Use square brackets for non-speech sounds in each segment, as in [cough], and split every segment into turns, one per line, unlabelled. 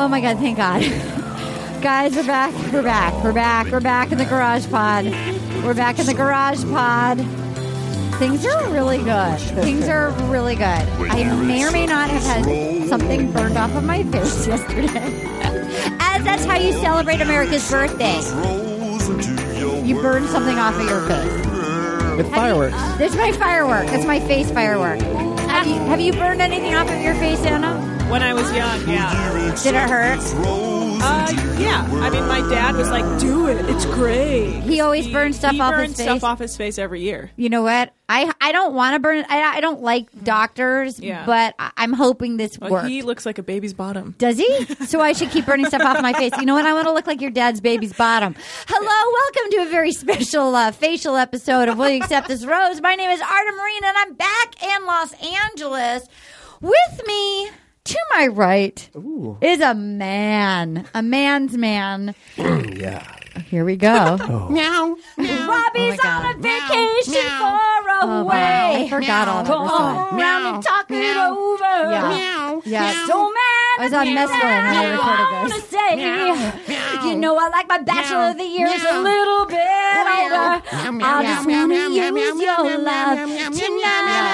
Oh my God, thank God. [laughs] Guys, we're back. We're back. We're back. We're back in the garage pod. We're back in the garage pod. Things are really good. Things are really good. I may or may not have had something burned off of my face [laughs] yesterday. As that's how you celebrate America's birthday. You burn something off of your face.
With fireworks.
There's my firework. That's my face firework. Have you, have you burned anything off of your face, Anna?
When I was young, yeah.
Did it hurt?
Oh,
Uh, yeah. I mean, my dad was like, "Do it. It's great."
He always burns stuff
he
off his
burns
face.
stuff off his face every year.
You know what? I I don't want to burn it. I, I don't like doctors,
Yeah.
but I, I'm hoping this
Well,
works.
he looks like a baby's bottom.
Does he? So I should keep burning stuff off my face. You know what? I want to look like your dad's baby's bottom. Hello, welcome to a very special uh, facial episode of Will You Accept This Rose? My name is Arta Marina, and I'm back in Los Angeles. With me, to my right, is a man, a man's man.
Yeah.
Here we go. Robbie's
Robbie's
on a vacation far
Oh,
away.
wow.
I forgot all that was on.
Go around and talk it over.
Yeah. Yeah.
So mad
I was on
at me
mescaline when I
now,
recorded
I wanna
this.
say, [laughs] You know, I like my Bachelor of the Years a little bit older. I just want to use your love tonight.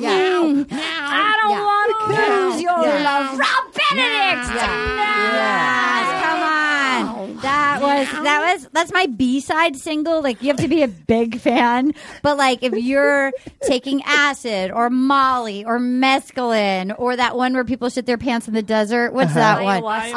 I don't
Yeah.
want to lose your
Yeah.
love. Rob
Yes,
Benedict tonight.
come on. That was that was that's my B side single. Like you have to be a big fan, but like if you're taking acid or Molly or mescaline or that one where people shit their pants in the desert, what's that one?
Ayahuasca.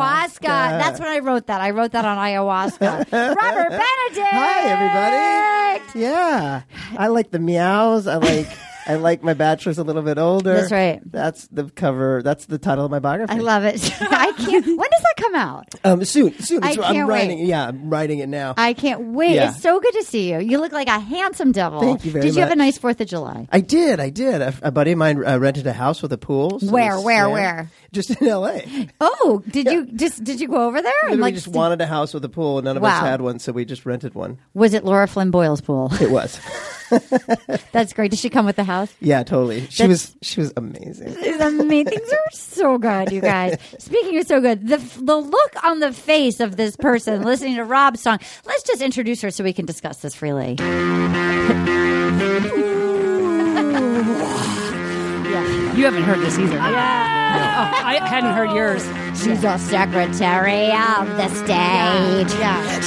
Ayahuasca. That's when I wrote that. I wrote that on ayahuasca. Robert Benedict.
Hi, everybody. Yeah. I like the meows. I
[laughs]
like. I like my bachelor's a little bit older.
That's right.
That's the cover. That's the title of my biography.
I love it. [laughs] I can't. When does that come out?
Um, soon, soon.
I
It's- I'm
can't
writing.
wait.
Yeah, I'm writing it now. I,
I can't wait.
Yeah.
It's so good to see you. You look like a handsome devil.
Thank you very
Did you have a
much.
nice Fourth of July?
did. I did. A, a buddy of mine uh, rented a house with a pool. so
Where,
we
where,
swam.
where?
Just
[laughs]
in L.A.
Oh, did you just did you go over there?
We
and like,
just wanted a house with a pool. None of us
Wow.
had one, so we just rented one.
was it Laura Flynn Boyle's pool? [laughs]
It was. [laughs]
That's great. Did she come with the house?
yeah, totally. She
That's-
was. She was amazing.
I mean, things are so good, you guys. Speaking of so good, the the look on the face of this person listening to Rob's song. Let's just introduce her so we can discuss this freely.
You haven't heard this either. Yeah. I hadn't heard
[laughs]
yours.
She's a secretary of the stage.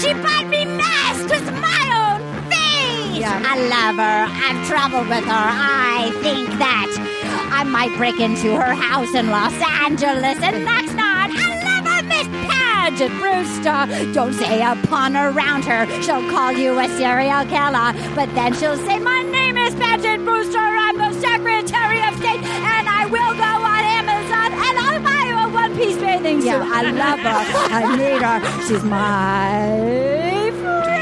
She bought me masks with my own face. I love her. I've traveled with her. I think that I might break into her house in Los Angeles, and that's not. I love her, Miss Pageant Brewster. Don't say a pun around her. She'll call you a serial killer, but then she'll say, "My name is Pageant Brewster. I'm the Secretary of State, and I will go on Amazon and I'll buy her a one piece bathing suit. I love her. I need her. She's my friend.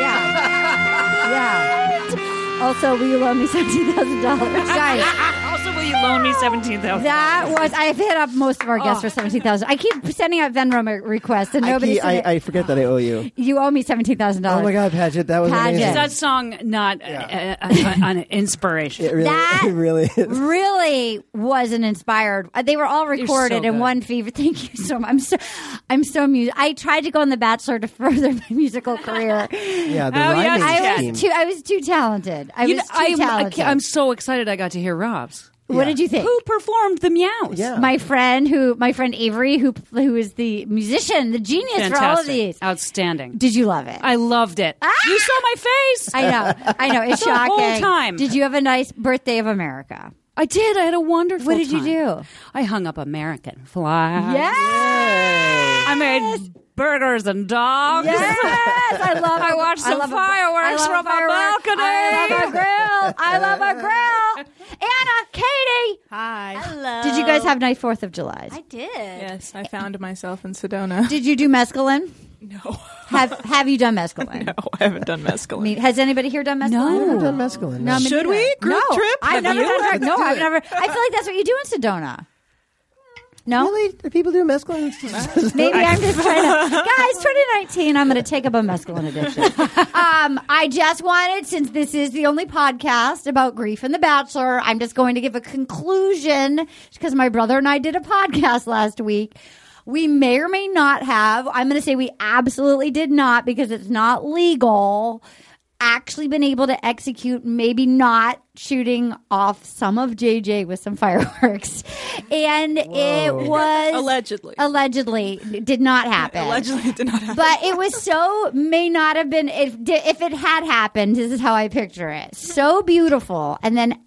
Yeah. [laughs] Yeah. Also, will you loan me seventeen thousand dollars? [laughs] Guys,
Also, will you loan me seventeen thousand?
that was I've hit up most of our guests for seventeen thousand. I keep sending out Venmo re- requests and
I,
nobody's.
keep- I,
sending-
I forget that I
[sighs]
owe you.
you owe me seventeen thousand
Oh
dollars.
my God, Paget, that was
Padgett.
amazing.
That song not uh, uh, uh, an
[laughs]
inspiration.
It really, [laughs]
That-
it really is.
really wasn't inspired. Uh, They were all recorded
so
in
good.
one fever. [laughs] Thank you so much. I'm so, I'm so mu- I tried to go on The Bachelor to [laughs] further my musical career.
Yeah, the
Oh, yeah,
rhyming
I
I
scheme.
was too. I was too talented. I
You
was
know,
too
I'm, I
talented.
can't- I'm so excited I got to hear Rob's.
what did you think?
Who performed the meows?
Yeah.
My friend, who my friend Avery, who who is the musician, the genius for all of
Fantastic.
these.
Outstanding.
Did you love it?
I loved it. You saw my face.
I know, I know. It's
[laughs] The
shocking.
whole time.
Did you have a nice birthday of America?
I did. I had a wonderful
What did you
time.
do?
I hung up American flag. [laughs]
Yes.
I made burgers and dogs.
Yes, I love.
I watched some
love a-
fireworks
I love
from a
fireworks.
balcony.
I love a grill. I love a grill. Anna, Katie,
Hi.
Hello.
did you guys have nice Fourth of July?
I did.
Yes,
[laughs]
I found myself in Sedona.
Did you do mescaline?
[laughs]
No,
Have Have you done
[laughs]
mescaline?
no, I haven't done
I
mescaline.
mean, has anybody here done mescaline?
No.
I've done mescaline.
No, I'm gonna
Should
do
we?
that.
Group
no,
trip?
I've
Have
never
you?
done a trip.
Let's
No,
do
I've
it.
never. I feel like that's what you do in Sedona. No?
Really? Do people do mescaline?
[laughs]
It's just-
Maybe I'm just trying to. Guys, 2019, I'm going to take up a mescaline addiction. Um, I just wanted, since this is the only podcast about grief and The Bachelor, I'm just going to give a conclusion because my brother and I did a podcast last week. We may or may not have, I'm going to say we absolutely did not because it's not legal, actually been able to execute, maybe not shooting off some of JJ with some fireworks. And it was
Allegedly.
allegedly did not happen.
Allegedly did not happen.
But it was so may not have been if di- if it had happened. This is how I picture it. So beautiful, and then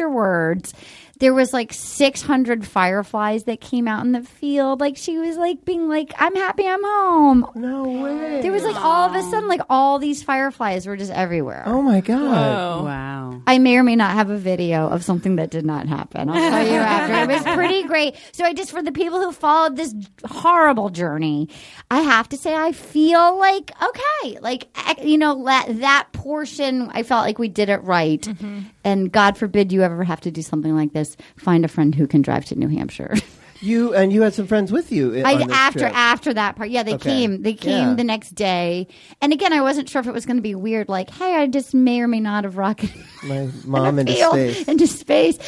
afterwards, there was like six hundred fireflies that came out in the field. Like she was like being like, "I'm happy, I'm home."
no way.
There was like all of a sudden, like all these fireflies were just everywhere.
oh my god.
[laughs]
Oh.
Wow.
I may or may not have a video of something that did not happen. I'll tell you after. It was pretty great. So I just, for the people who followed this horrible journey, I have to say I feel like okay, like ec- you know la- that portion. I felt like we did it right. And God forbid you ever have to do something like this. Find a friend who can drive to New Hampshire. [laughs]
You and you had some friends with you. i-
I,
on this
after
trip.
after that part, yeah, they
Okay.
came. They came
Yeah.
the next day, and again, I wasn't sure if it was going to be weird. Like, hey, I just may or may not have rocketed
my
[laughs]
mom into
field
space.
into space.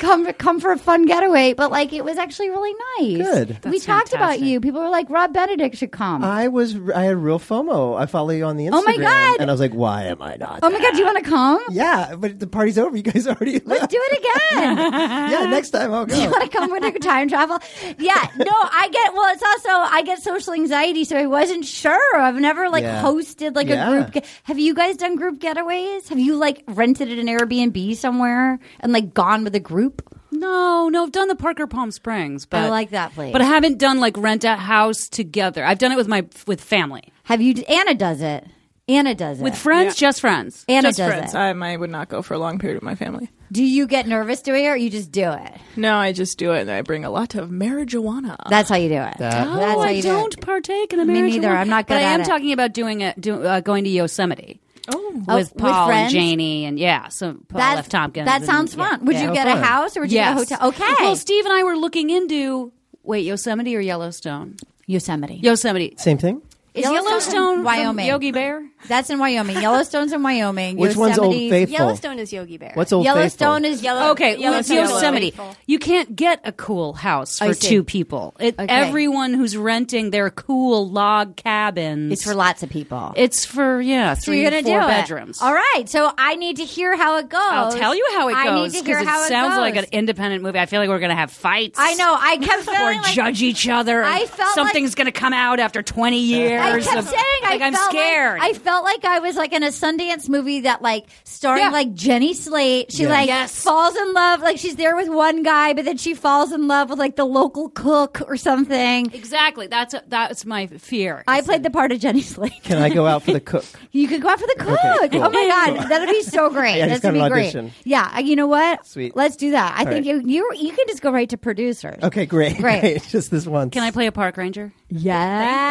Come, come for a fun getaway. But like, it was actually really nice.
Good. Uh,
we
That's
talked about
fantastic.
you. People were like, Rob Benedict should come.
I was I had real FOMO. I follow you on the Instagram.
Oh my God.
And I was like, why am I not?
oh my god, do you want to come?
Yeah, but the party's over. You guys [laughs] already
Let's
left.
do it
[laughs]
again.
Yeah, next time I'll
Do you
go.
want to come when you time travel? Yeah, no, I get. Well, it's also I get social anxiety, so I wasn't sure. I've never like
Yeah.
hosted like
Yeah.
a group. Get- Have you guys done group getaways? Have you like rented an Airbnb somewhere and like gone with a group?
No, no, I've done the Parker Palm Springs, but
I like that place.
But I haven't done like rent a house together. I've done it with my with family,
Have you? Anna does it. Anna does it
with friends, just friends.
Anna
Just
does
friends.
it.
I, I would not go for a long period with my family.
Do you get nervous doing it or you just do it?
No, I just do it, and I bring a lot of marijuana.
That's how you do it. That's
no,
how
Oh, I
you
don't
do it.
partake in the
Me
marriage.
neither.
one,
I'm not good
But I
at
am
it.
talking about doing it, do, uh, going to Yosemite
oh,
Oh,
with
with
Paul and
friends?
Janie, and yeah, so Paul
That's-
F. Tompkins.
That
and-
sounds
yeah.
fun. Would you get a
fun.
house or would you
Yes.
get a hotel? Okay.
Well, Steve and I were looking into wait Yosemite or Yellowstone.
Yosemite.
Yosemite
Same thing.
is
Yellowstone,
Yellowstone from
Wyoming.
Yogi Bear.
That's in
[laughs]
Wyoming. Yellowstone's in Wyoming.
Which one's Old
Yosemite's-
Faithful?
Yellowstone is Yogi Bear.
What's old
Yellowstone
Faithful?
is Yellow.
Okay, let's
Yellowstone.
Yosemite.
Yellowstone.
You can't get a cool house
I
for
see.
two people. It,
Okay.
Everyone who's renting their cool log cabins.
It's for lots of people.
It's for yeah,
so
three
you're gonna
four
do
bedrooms.
It. All right. So I need to hear how it goes.
I'll tell you how it goes.
I need to
'cause
hear
it
how
sounds
goes.
like an independent movie. I feel like we're gonna have fights.
I know. I
[laughs]
kept
Or
feeling like
judge each other.
I felt
something's gonna come out after twenty years.
I kept
of-
saying I
like am
felt
scared.
Like, I felt like I was like in a Sundance movie that like starring
Yeah.
like Jenny Slate. She
Yeah.
like
Yes.
falls in love. Like she's there with one guy, but then she falls in love with like the local cook or something.
exactly. That's that's my fear.
I played the part of Jenny Slate.
[laughs] Can I go out
[laughs]
for the cook?
You could go out for the cook.
cool.
Oh my
[laughs]
god, that'd be so great.
Yeah,
That's
just
gonna be
got an
great.
audition.
Yeah, you know what?
Sweet.
Let's do that. I
All
think you,
right.
you you can just go right to producers.
Okay, great.
Great.
[laughs] Just this once.
Can I play a park ranger?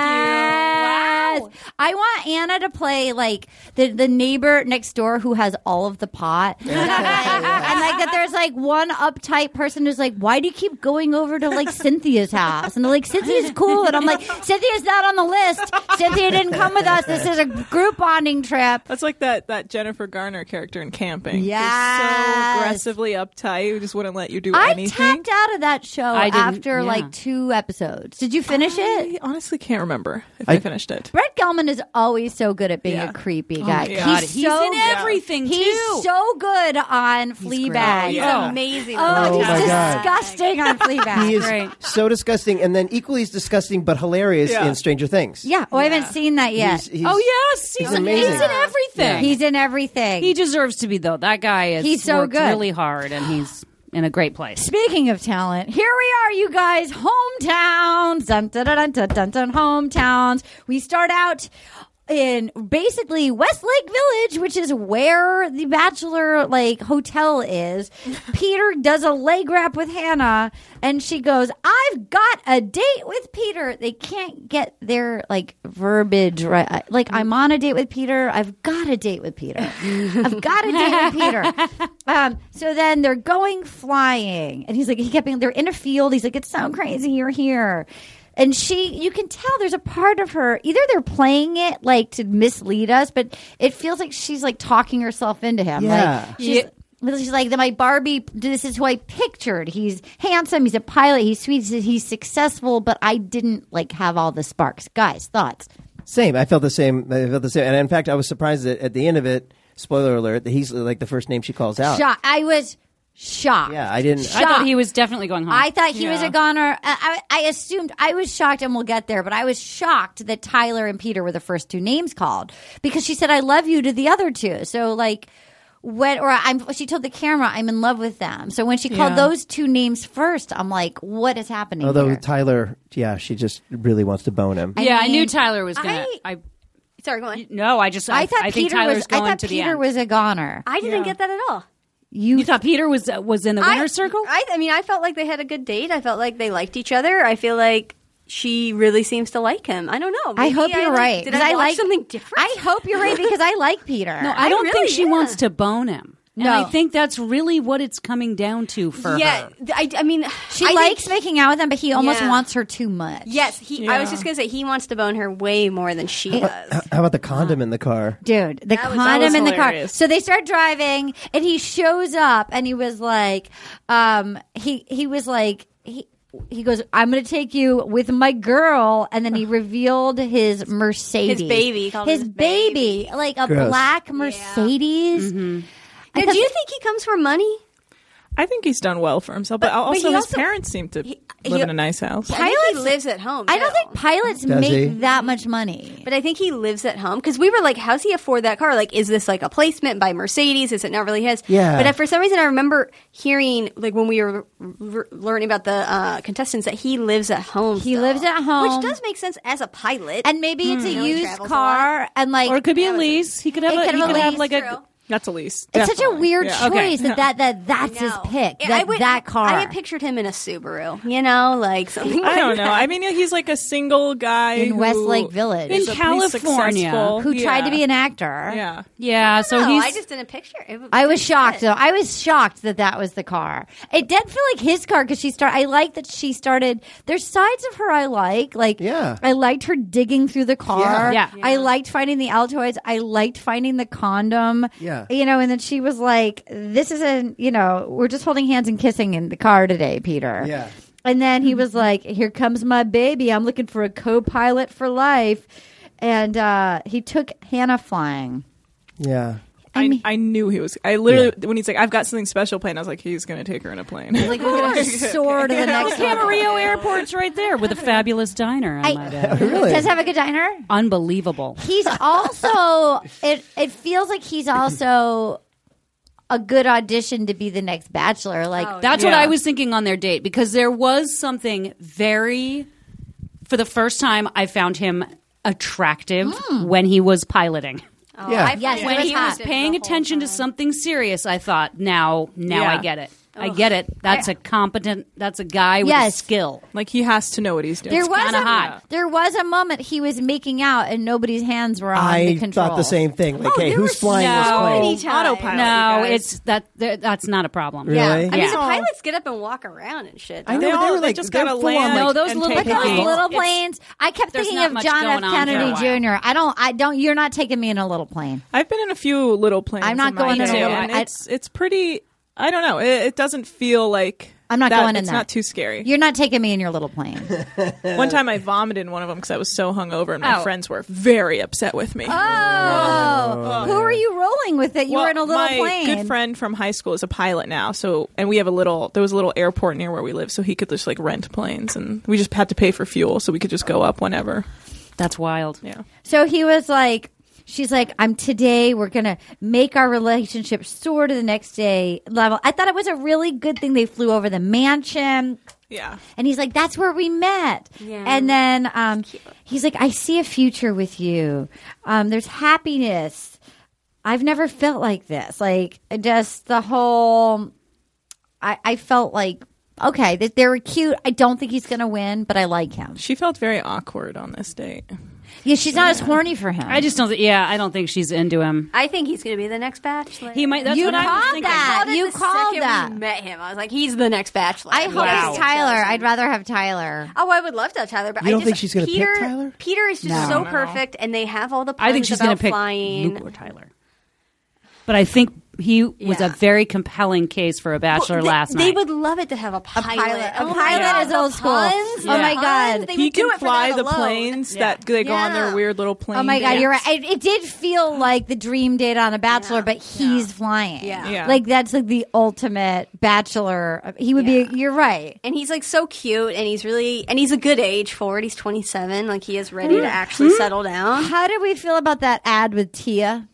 Yes. I want Anna to play like the the neighbor next door who has all of the pot. and like that there's like one uptight person who's like, Why do you keep going over to like Cynthia's house? And they're like, Cynthia's cool. And I'm like, Cynthia's not on the list. Cynthia didn't come with us. This is a group bonding trip.
That's like that that Jennifer Garner character in Camping.
Yes.
Just so aggressively uptight, who just wouldn't let you do
I
anything.
tapped out of that show
I didn't-
after
yeah.
like two episodes. Did you finish it?
I honestly can't remember if I, finished it.
Brett Gelman is always so good at being
Yeah.
a creepy guy.
God,
He's,
he's
so
in
good.
everything,
He's
too.
so good on
He's
Fleabag.
amazing.
Oh,
Oh
he's
my God.
disgusting on Fleabag.
He is
Great.
so disgusting, and then equally as disgusting but hilarious
Yeah.
in Stranger Things.
yeah. Oh, I haven't seen that yet.
He's- he's-
oh yes, he's,
he's amazing.
he's in everything.
He's in everything.
he deserves to be though. That guy is
He's so
worked
good.
really hard, and he's in a great place.
Speaking of talent, here we are, you guys, hometowns. Dun, dun, dun, dun, dun, dun, dun, hometowns. We start out in basically Westlake Village, which is where the Bachelor like hotel is. Peter does a leg wrap with Hannah, and she goes, "I've got a date with Peter." They can't get their like verbiage right. Like I'm on a date with Peter. I've got a date with Peter. I've got a date with Peter. Um, so then they're going flying, and he's like, he kept being, they're in a field. He's like, "It's so crazy, you're here." and she you can tell there's a part of her either they're playing it like to mislead us but it feels like she's like talking herself into him
Yeah.
like she's She's like, my Barbie, this is who I pictured. He's handsome. He's a pilot. He's sweet. He's he's successful, but I didn't like have all the sparks. Guys, thoughts?
Same. I felt the same. I felt the same. And in fact, I was surprised that at the end of it, spoiler alert, that he's like the first name she calls out.
Shock. I was shocked.
Uh, Yeah, I didn't.
I thought he was definitely going home.
I thought he was
Yeah.
a goner. Uh, I, I I assumed I was shocked, and we'll get there. But I was shocked that Tyler and Peter were the first two names called because she said "I love you" to the other two. So like. When, or I'm, she told the camera, I'm in love with them. So when she called
Yeah.
those two names first, I'm like, what is happening?
Although
here?
Tyler, yeah, she just really wants to bone him.
yeah, I, knew
mean,
Tyler was gonna.
I-
I,
Sorry, go on.
no, I just I,
I thought
I think
Peter
Tyler's
was, I
going
thought
to the
Peter
end.
was a goner.
I didn't get that at all.
you thought Peter was uh, was in the
I-
winner's circle?
I, I mean, I felt like they had a good date. I felt like they liked each other. I feel like she really seems to like him. I don't know.
I
Maybe
hope you're
like-
right.
Did
'cause
I,
I
watch
like
something different?
I hope you're right because I like Peter.
No, I don't
really-
think she
yeah.
wants to bone him. And
No.
I think that's really what it's coming down to for
yeah,
her.
th- I, I mean,
she
I think-
likes making out with him, but he almost
Yeah.
wants her too much.
yes, he. I was
Yeah.
just gonna say he wants to bone her way more than she does.
How about the condom in the car?
dude the
That was- that
condom
was
in the car
hilarious.
so they start driving and he shows up and he was like um he he was like he he goes, I'm going to take you with my girl. And then he revealed his Mercedes.
baby. He called it
His,
his
baby. Like a
Gross.
black Mercedes.
Now, do Mm-hmm. you think he comes for money?
I think he's done well for himself, but,
But- but
also
he
his
also-
parents seem to
he-
live
he-
in a nice house.
I think he
Pilots-
lives at home.
I don't
too.
think pilots
Does
make
he?
that much money.
But I think he lives at home because we were like, how's he afford that car? Like, is this like a placement by Mercedes? Is it not really his?
Yeah.
But I- for some reason, I remember hearing like when we were r- learning about the uh, contestants that he lives at home.
He
still.
lives at home.
which does make sense as a pilot.
And maybe it's a
know, he
used
Hmm. travels a
car. And like,
Or it could be a lease. He could have
It
a,
could
he
have a
could have
lease,
like
true.
a that's a lease.
it's such a
Definitely.
weird
Yeah. Okay.
choice that, that, that that's his
No.
pick.
Yeah,
that,
I would-
that car.
I had pictured him in a Subaru. You know, like something.
I
like
don't know.
that.
I mean, he's like a single guy
In
who
Westlake Village.
is
In
pretty
California.
successful-
who tried
yeah.
to be an actor.
yeah.
Yeah, so
No,
he's
I just didn't picture. It
I was shocked though. I was shocked that that was the car. It did feel like his car because she started. I like that she started. There's sides of her I like. Like,
Yeah.
I liked her digging through the car.
Yeah.
I liked finding the Altoids. I liked finding the condom.
Yeah.
you know. And then she was like, "This isn't. You know, we're just holding hands and kissing in the car today, Peter."
Yeah.
And then he
Mm-hmm.
was like, "Here comes my baby. I'm looking for a co-pilot for life." And uh, he took Hannah flying.
Yeah.
I, I knew he was. I literally when he's like, "I've got something special planned," I was like, "He's going to take her in a plane."
[laughs] Like we're gonna soar [laughs] to the next level.
Camarillo Airport's right there with a fabulous diner. I,
[laughs]
might add.
Really?
Does have a good diner?
Unbelievable.
He's also it it feels like he's also a good audition to be the next bachelor. Like
That's what
Yeah.
I was thinking on their date because there was something very, for the first time, I found him attractive when he was piloting.
yeah.
yes,
When
it
he
hot.
was paying attention to something serious, I thought, now, now I
Yeah.
get it. I get it. That's a competent. That's a guy with
Yes.
a skill.
like he has to know what he's doing.
there was a
kinda hot.
there was a moment he was making out and nobody's hands were on
I
the control.
thought the same thing. Like, hey, who's flying
no-
this plane?
autopilot.
No,
you guys.
it's that. that- That's not a problem.
Yeah.
Really?
I mean,
Yeah.
the pilots get up and walk around and shit.
I
don't
know
They
but they
all-
were
they
like
just
they're
gotta
full on,
land.
like,
No, those
and
little
take
But those
planes.
off.
little
It's-
planes, I kept
there's
thinking
not
of
much
John F.
going on for a
Kennedy Jr.
while.
I don't, I don't. You're not taking me in a little plane.
I've been in a few little planes.
I'm not
in
going
my
in a
day,
little-
and
I-
It's it's pretty. I don't know. It, it doesn't feel like
I'm not
that-
going in
It's
that.
not too scary.
You're not taking me in your little plane.
One time I vomited in one of them because I was so hungover, and my
Oh.
friends were very upset with me.
[laughs] Oh, who are you rolling with? That you
Well,
were in a little
my
plane.
good friend from high school is a pilot now, so and we have a little. There was a little airport near where we live, so he could just like rent planes, and we just had to pay for fuel, so we could just go up whenever.
That's wild.
Yeah,
So he was like, she's like, I'm today, we're going to make our relationship soar to the next day level. I thought it was a really good thing they flew over the mansion.
Yeah.
And he's like, that's where we met.
Yeah.
And then um, he's like, I see a future with you. Um, there's happiness. I've never felt like this. Like, just the whole. I, I felt like, okay, that they were cute. I don't think he's going to win, but I like him.
She felt very awkward on this date.
Yeah, she's not as horny for him.
I just don't. Th- yeah, I don't think she's into him.
I think he's going to be the next bachelor.
He might. That's
You
what I was
called
thinking.
that.
I called it
You
the
called
second
that.
We met him. I was like, he's the next bachelor.
I hope
Wow.
it's Tyler. I'd rather have Tyler.
Oh, I would love to have Tyler, but
You
I
don't
just,
think she's gonna pick
Peter,
Tyler?
Peter is just so perfect, and they have all the. Puns
I think she's
about
going to pick
flying.
Luke or Tyler. But I think he was
Yeah.
a very compelling case for a bachelor
Well, they,
last
They
night.
would love it to have a pilot.
pilot. A
Oh my
pilot
God,
is
the
old school.
puns,
Oh my
the
God.
puns, They
he
would do
can
it for
fly
that
the
alone.
planes that they go on
Yeah.
their weird little plane.
Oh my god,
dates.
you're right. It, it did feel like the dream date on a bachelor, but he's flying.
Yeah.
Yeah.
like that's like the ultimate bachelor. He would
Yeah.
be. You're right.
And he's like so cute, and he's really, and he's a good age for it. He's 27, like he is ready to actually settle down.
How did we feel about that ad with Tia?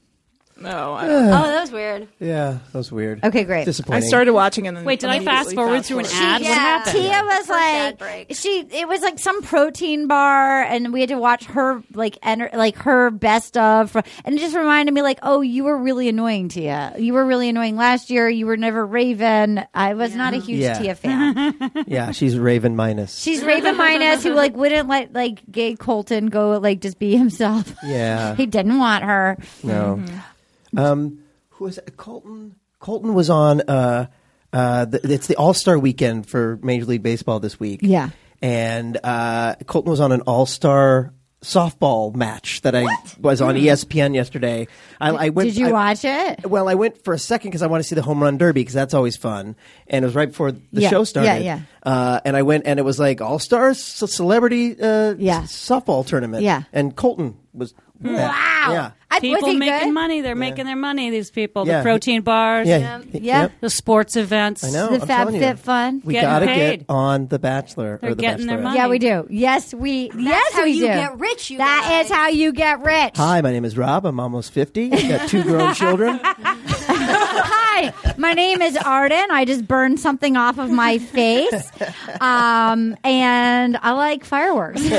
No, I, don't-
Oh, that was weird.
Yeah, that was weird.
Okay, great.
I
Disappointing.
started watching and then
Wait, did I fast
immediately
forward through an ad? [laughs]
yeah,
What happened?
Tia was
First ad
like
break.
she. It was like some protein bar, and we had to watch her like enter like her best of, fr- and it just reminded me like, oh, you were really annoying, Tia. You were really annoying last year. You were never Raven. I was not a huge
Yeah.
Tia fan.
Yeah, she's Raven minus.
She's Raven Minus, who like wouldn't let like gay Colton go like just be himself. [laughs]
yeah.
he didn't want her.
No.
Mm-hmm.
Um, who was it? Colton? Colton was on. Uh, uh, the, it's the All Star Weekend for Major League Baseball this week.
Yeah.
and uh, Colton was on an All Star softball match that I was on E ESPN yesterday. I, I went.
Hmm. Did you
I-
watch it?
Well, I went for a second because I want to see the home run derby because that's always fun, and it was right before the
Yeah,
show
yeah,
started.
yeah.
Uh, and I went, and it was like all stars ce- celebrity uh,
Yeah.
s- softball tournament.
Yeah. Hmm.
and Colton was wow. Yeah,
I, was
People
he
making
good?
money. They're making their money. These people,
Yeah.
the protein bars,
yeah,
Yeah.
the sports events.
I know.
The
I'm
Fab
telling you.
Fit Fun.
We
Getting
gotta
paid.
get on the Bachelor or
They're
the
getting their
Bachelorette.
money.
Yeah, we do. Yes, we. yes,
how
we
you
do.
get rich, you
That
guys.
is how you get rich.
Hi, my name is Rob. I'm almost fifty. I've got two grown children.
Hi, my name is Arden. I just burned something off of my face, um, and I like fireworks. [laughs]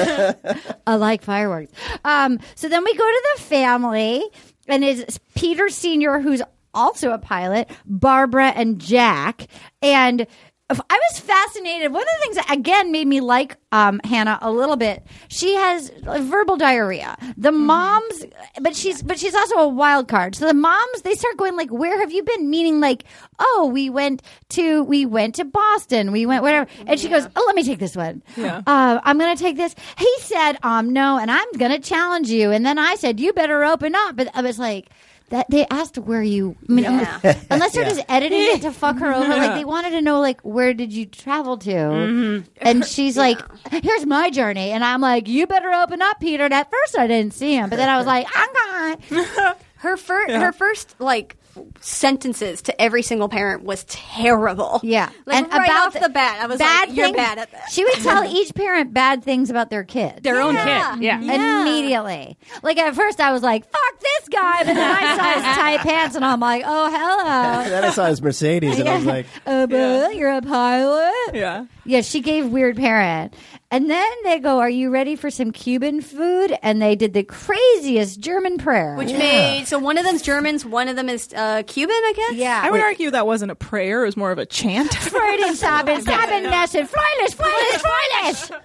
I like fireworks. Um, so then we go to the family, and it's Peter Senior, who's also a pilot, Barbara and Jack, and if- I was fascinated. One of the things that again made me like um, Hannah a little bit. She has uh, verbal diarrhea. The moms, but she's but she's also a wild card. So the moms they start going like, "Where have you been?" Meaning like, "Oh, we went to we went to Boston. We went whatever." And she goes, "Oh, let me take this one.
Yeah.
Uh, I'm going to take this." He said, "Um, no," and I'm going to challenge you. And then I said, "You better open up." But I was like. That they asked where you, I mean, unless, [laughs] unless they're just editing it to fuck her over. Like they wanted to know, like where did you travel to?
Mm-hmm.
And she's like, "Here's my journey," and I'm like, "You better open up, Peter." And at first, I didn't see him, but then I was like, "I'm
[laughs]
not."
Her first, her first like sentences to every single parent was terrible.
Yeah,
like
and
right
about
off the, bat, I was
bad
like, "You're
things-
bad at that."
She
[laughs]
would tell each parent bad things about their kid.
Their own
Yeah. Mm-hmm.
kid. Yeah.
Immediately. Like at first I was like, fuck this guy, but then I saw his
[laughs]
tight pants and I'm like, oh hello.
then I saw his Mercedes, and I was like,
Uh, but You're a pilot.
Yeah.
Yeah, she gave weird parent. And then they go, Are you ready for some Cuban food? And they did the craziest German prayer.
Which made so one of them's Germans, one of them is uh, Cuban, I guess.
yeah.
I would argue that wasn't a prayer; it was more of a chant. [laughs]
Freudian Sabin,
[laughs]
Sabin, Nessun, Freilich, Freilich, Freilich.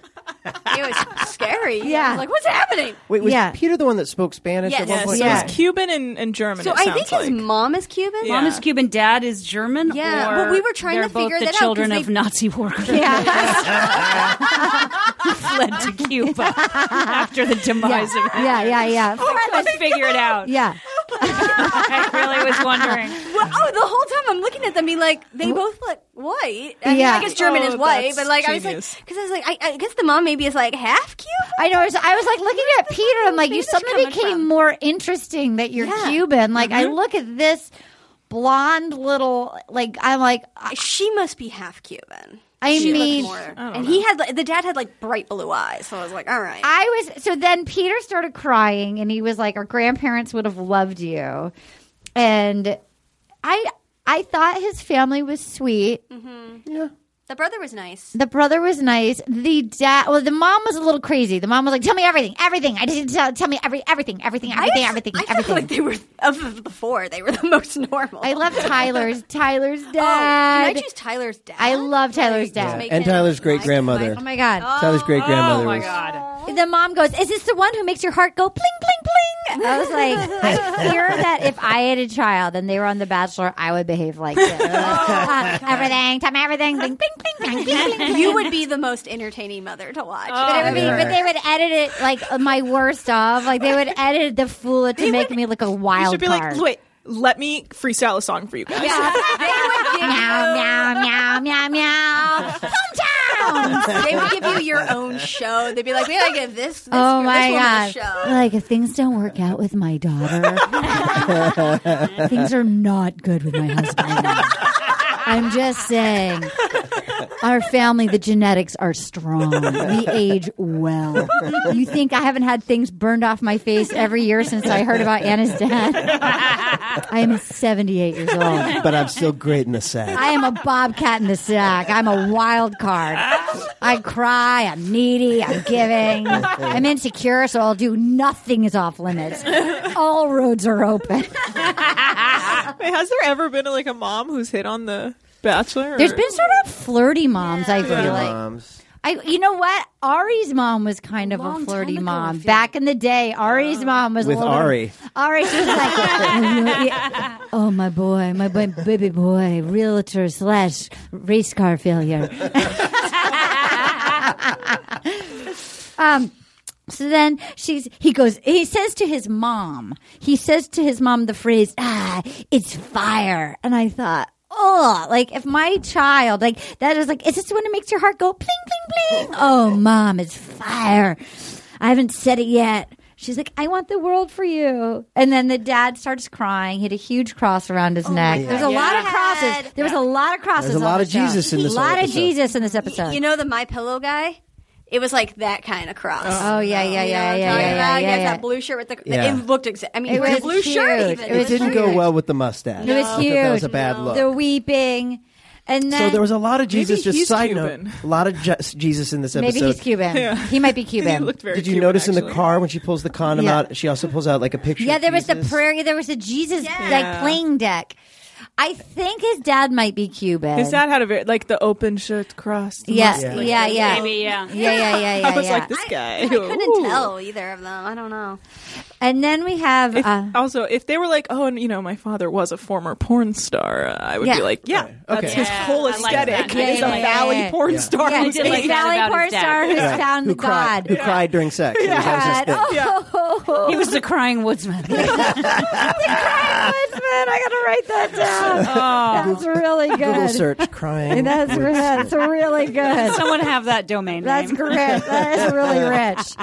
it was scary.
[laughs] Yeah.
I was like what's happening?
"Wait, was
Yeah.
Peter the one that spoke Spanish at one
Yes.
yeah, so
point?"
Yeah.
it's Cuban and, and German.
So
it
I
sounds
think his
like.
mom is Cuban.
Yeah.
Mom is Cuban, dad is German.
Yeah.
or
Well, we were trying
they're
to figure
both the
that out, 'cause
children of
they-
Nazi workers
Yeah.
who fled to
[laughs]
Cuba after the demise of.
yeah, yeah, yeah.
I couldn't figure it out.
Yeah.
I really was wondering.
Well, oh, the whole time I'm looking at them, be like, they both look white. I mean,
Yeah.
I guess German
Oh,
is white,
that's
but like I was
genius.
like, because I was like, I, I guess the mom maybe is like half Cuban.
I know. I was, I was like looking at Peter. I'm like, you
Where's this
suddenly
coming
became
from?
more interesting that you're
Yeah. Uh-huh.
Cuban. Like, I look at this blonde little, like, I'm like, I,
She must be half Cuban.
I
She looked
mean,
more. and he had like, the dad had like bright blue eyes, so I was like, all right.
I was. So then Peter started crying, and he was like, "Our grandparents would have loved you,"
Mm-hmm.
and I. I thought his family was sweet.
yeah.
The brother was nice.
The brother was nice. The dad, well, the mom was a little crazy. The mom was like, "Tell me everything, everything. I just need to tell, tell me every everything, everything, everything, everything,
I feel
everything."
like they were of the four. They were the most normal.
I
[laughs]
love Tyler's Tyler's
Oh,
dad.
can I choose Tyler's dad?
I love Tyler's
Like, just
dad.
make
And
him
Tyler's great
my-
grandmother.
oh my god.
Tyler's great grandmother. was,
The mom goes, "Is this the one who makes your heart go bling bling bling?" I was like, "I fear that if I had a child and they were on The Bachelor, I would behave like this. Uh, everything, tell me everything, bling bling bling bling bling." [laughs] bling.
You would be the most entertaining mother to watch.
But, it would be, but they would edit it like my worst of. Like they would edit the fool to make me look a
You
wild
should be
card.
like, wait, let me freestyle a song for you guys. [laughs]
meow meow meow meow meow. Hometown.
they would give you your own show. They'd be like, "We gotta give this, this
Oh
this
my
woman
god!
a show."
Like if things don't work out with my
[laughs]
daughter, things are not good with my husband. I'm just saying, our family, the genetics are strong. We age well. You think I haven't had things burned off my face every year since I heard about Anna's death? I am 78 years old.
[laughs] but I'm still great in the sack.
I am a bobcat in the sack. I'm a wild card. I cry. I'm needy. I'm giving. I'm insecure, so I'll do nothing is off limits. All roads are open.
Wait, [laughs] has there ever been like a mom who's hit on the Bachelor? or-
There's been sort of flirty moms. I feel like
Moms.
I. You know what? Ari's mom was kind of a flirty mom back in the day. Ari's mom was
With
a little bit-
Ari.
Ari, she was like, oh, no, yeah. oh my boy, my boy, baby boy, realtor slash race car failure. um, so then she's he goes he says to his mom he says to his mom the phrase ah it's fire and I thought oh like if my child like that is like is this the one that makes your heart go bling bling
[laughs]
bling oh mom it's fire I haven't said it yet she's like I want the world for you and then the dad starts crying he had a huge cross around
Oh
his neck there's a lot of crosses there was a lot of crosses
There's a
on
lot
this
of Jesus
show.
in this
a lot
whole
of
episode.
Jesus in this episode
You know the My Pillow guy? It was like that kind of cross.
oh yeah yeah yeah
You know
yeah
what I'm
yeah
talking
yeah,
about?
yeah,
He has
yeah.
that blue shirt with the.
Yeah.
It looked exact. I mean,
It
the
was
blue shirt.
huge.
Even.
It
It
was
didn't
huge.
go well with the mustache.
It was
I thought
huge.
That was a bad look.
The weeping, and then
So there was a lot of Jesus. Just
he's
side
Cuban.
note, a lot of ju- Jesus in this
maybe
episode.
he's Cuban. He might be
[laughs] He
Cuban.
looked very
Did you
Cuban,
notice in the
actually.
car when she pulls the condom
Yeah.
out? She also pulls out like a picture.
yeah,
of
there was the
Jesus?
prairie. There was a Jesus like
Yeah.
playing deck. I think his dad might be Cuban.
His dad had a very like the open shirt cross.
Yeah,
mustache.
yeah,
Like,
yeah, yeah,
Maybe, yeah.
yeah, yeah, yeah,
[laughs] I
yeah.
was like this guy.
I couldn't tell either of them. I don't know.
and then we have.
If, [laughs]
uh,
also, if they were like, "Oh, and you know, my father was a former porn star," uh, I would
Yeah.
be like, "Yeah, that's
Okay.
his whole
Yeah, I like that.
aesthetic.
Yeah,
He's
yeah,
a
yeah,
valley
yeah.
porn
Yeah.
star."
yeah,
who's
did like
He's
eight.
that
Valley
about
porn
his dad.
star who's
Yeah.
found
who
God.
cried, who cried during sex. It was always his
God. [laughs]
thing.
Oh,
He was the crying
[laughs]
woodsman.
Woodsman, I gotta write that
[laughs]
down. That
Oh.
was really good.
Google search crying.
That's
with-
that's really good.
Someone have that domain
That's
[laughs] name.
great. That is really rich.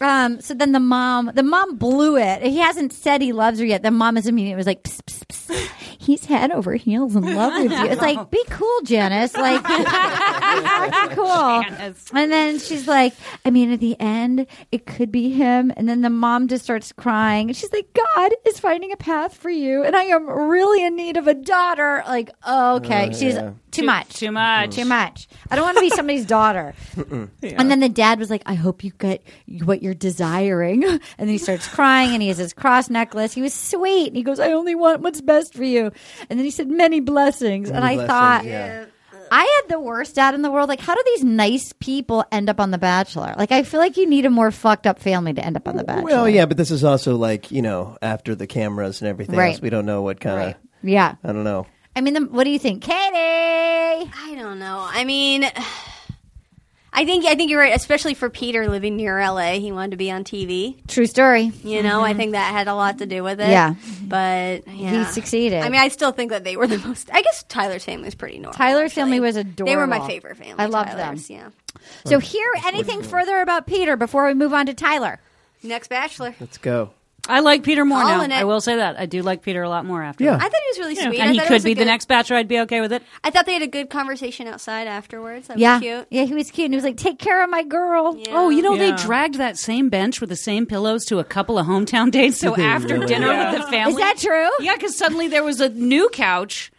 Um, so then the mom, the mom blew it. He hasn't said he loves her yet. The mom is immediately was like, psst, psst, psst. he's head over heels in love with you. It's like, be cool, Janice. Like, [laughs] be cool.
Janice.
And then she's like, I mean, at the end, it could be him. And then the mom just starts crying. And she's like, God is finding a path for you, and I am really in need of a daughter. Like, okay, she's
yeah.
too much
Too much.
too much. I don't want to be somebody's daughter. And then the dad was like, I hope you get what you're desiring. [laughs] And then he starts crying and he has his cross necklace. He was sweet. And he goes, I only want what's best for you. And then he said, Many blessings. and I
Blessings,
thought,
yeah.
I had the worst dad in the world. Like, how do these nice people end up on The Bachelor? Like, I feel like you need a more fucked up family to end up on The Bachelor.
Well, yeah, but this is also like you know after the cameras and everything
Right.
else, we don't know what kind
Right.
of.
Yeah.
I don't know.
I mean, the, what do you think? Katie!
I don't know. I mean, [sighs] I think I think you're right, especially for Peter living near LA. He wanted to be on TV.
True story.
You know, I think that had a lot to do with it.
Mm-hmm. Yeah.
but
He
yeah.
succeeded.
I mean, I still think that they were the [laughs] most. I guess Tyler's family was pretty normal.
Tyler's
actually.
family was adorable.
They were my favorite family.
I loved
Tyler's,
them.
Yeah.
So, hear anything further about Peter before we move on to Tyler.
[laughs]
Next Bachelor.
Let's go.
I like Peter more
All
now.
in it.
I will say that. I do like Peter a lot more after.
Yeah.
I thought he was really sweet. I
And he
thought it
could
was a
be the
good-
next bachelor. I'd be okay with it.
I thought they had a good conversation outside afterwards. That
yeah,
was cute.
yeah, he was cute, and he was like, "Take care of my girl."
Yeah.
Oh, you know, they
Yeah.
dragged that same bench with the same pillows to a couple of hometown [laughs] dates. So after dinner with the family.
Is that true?
Yeah, because suddenly there was a new couch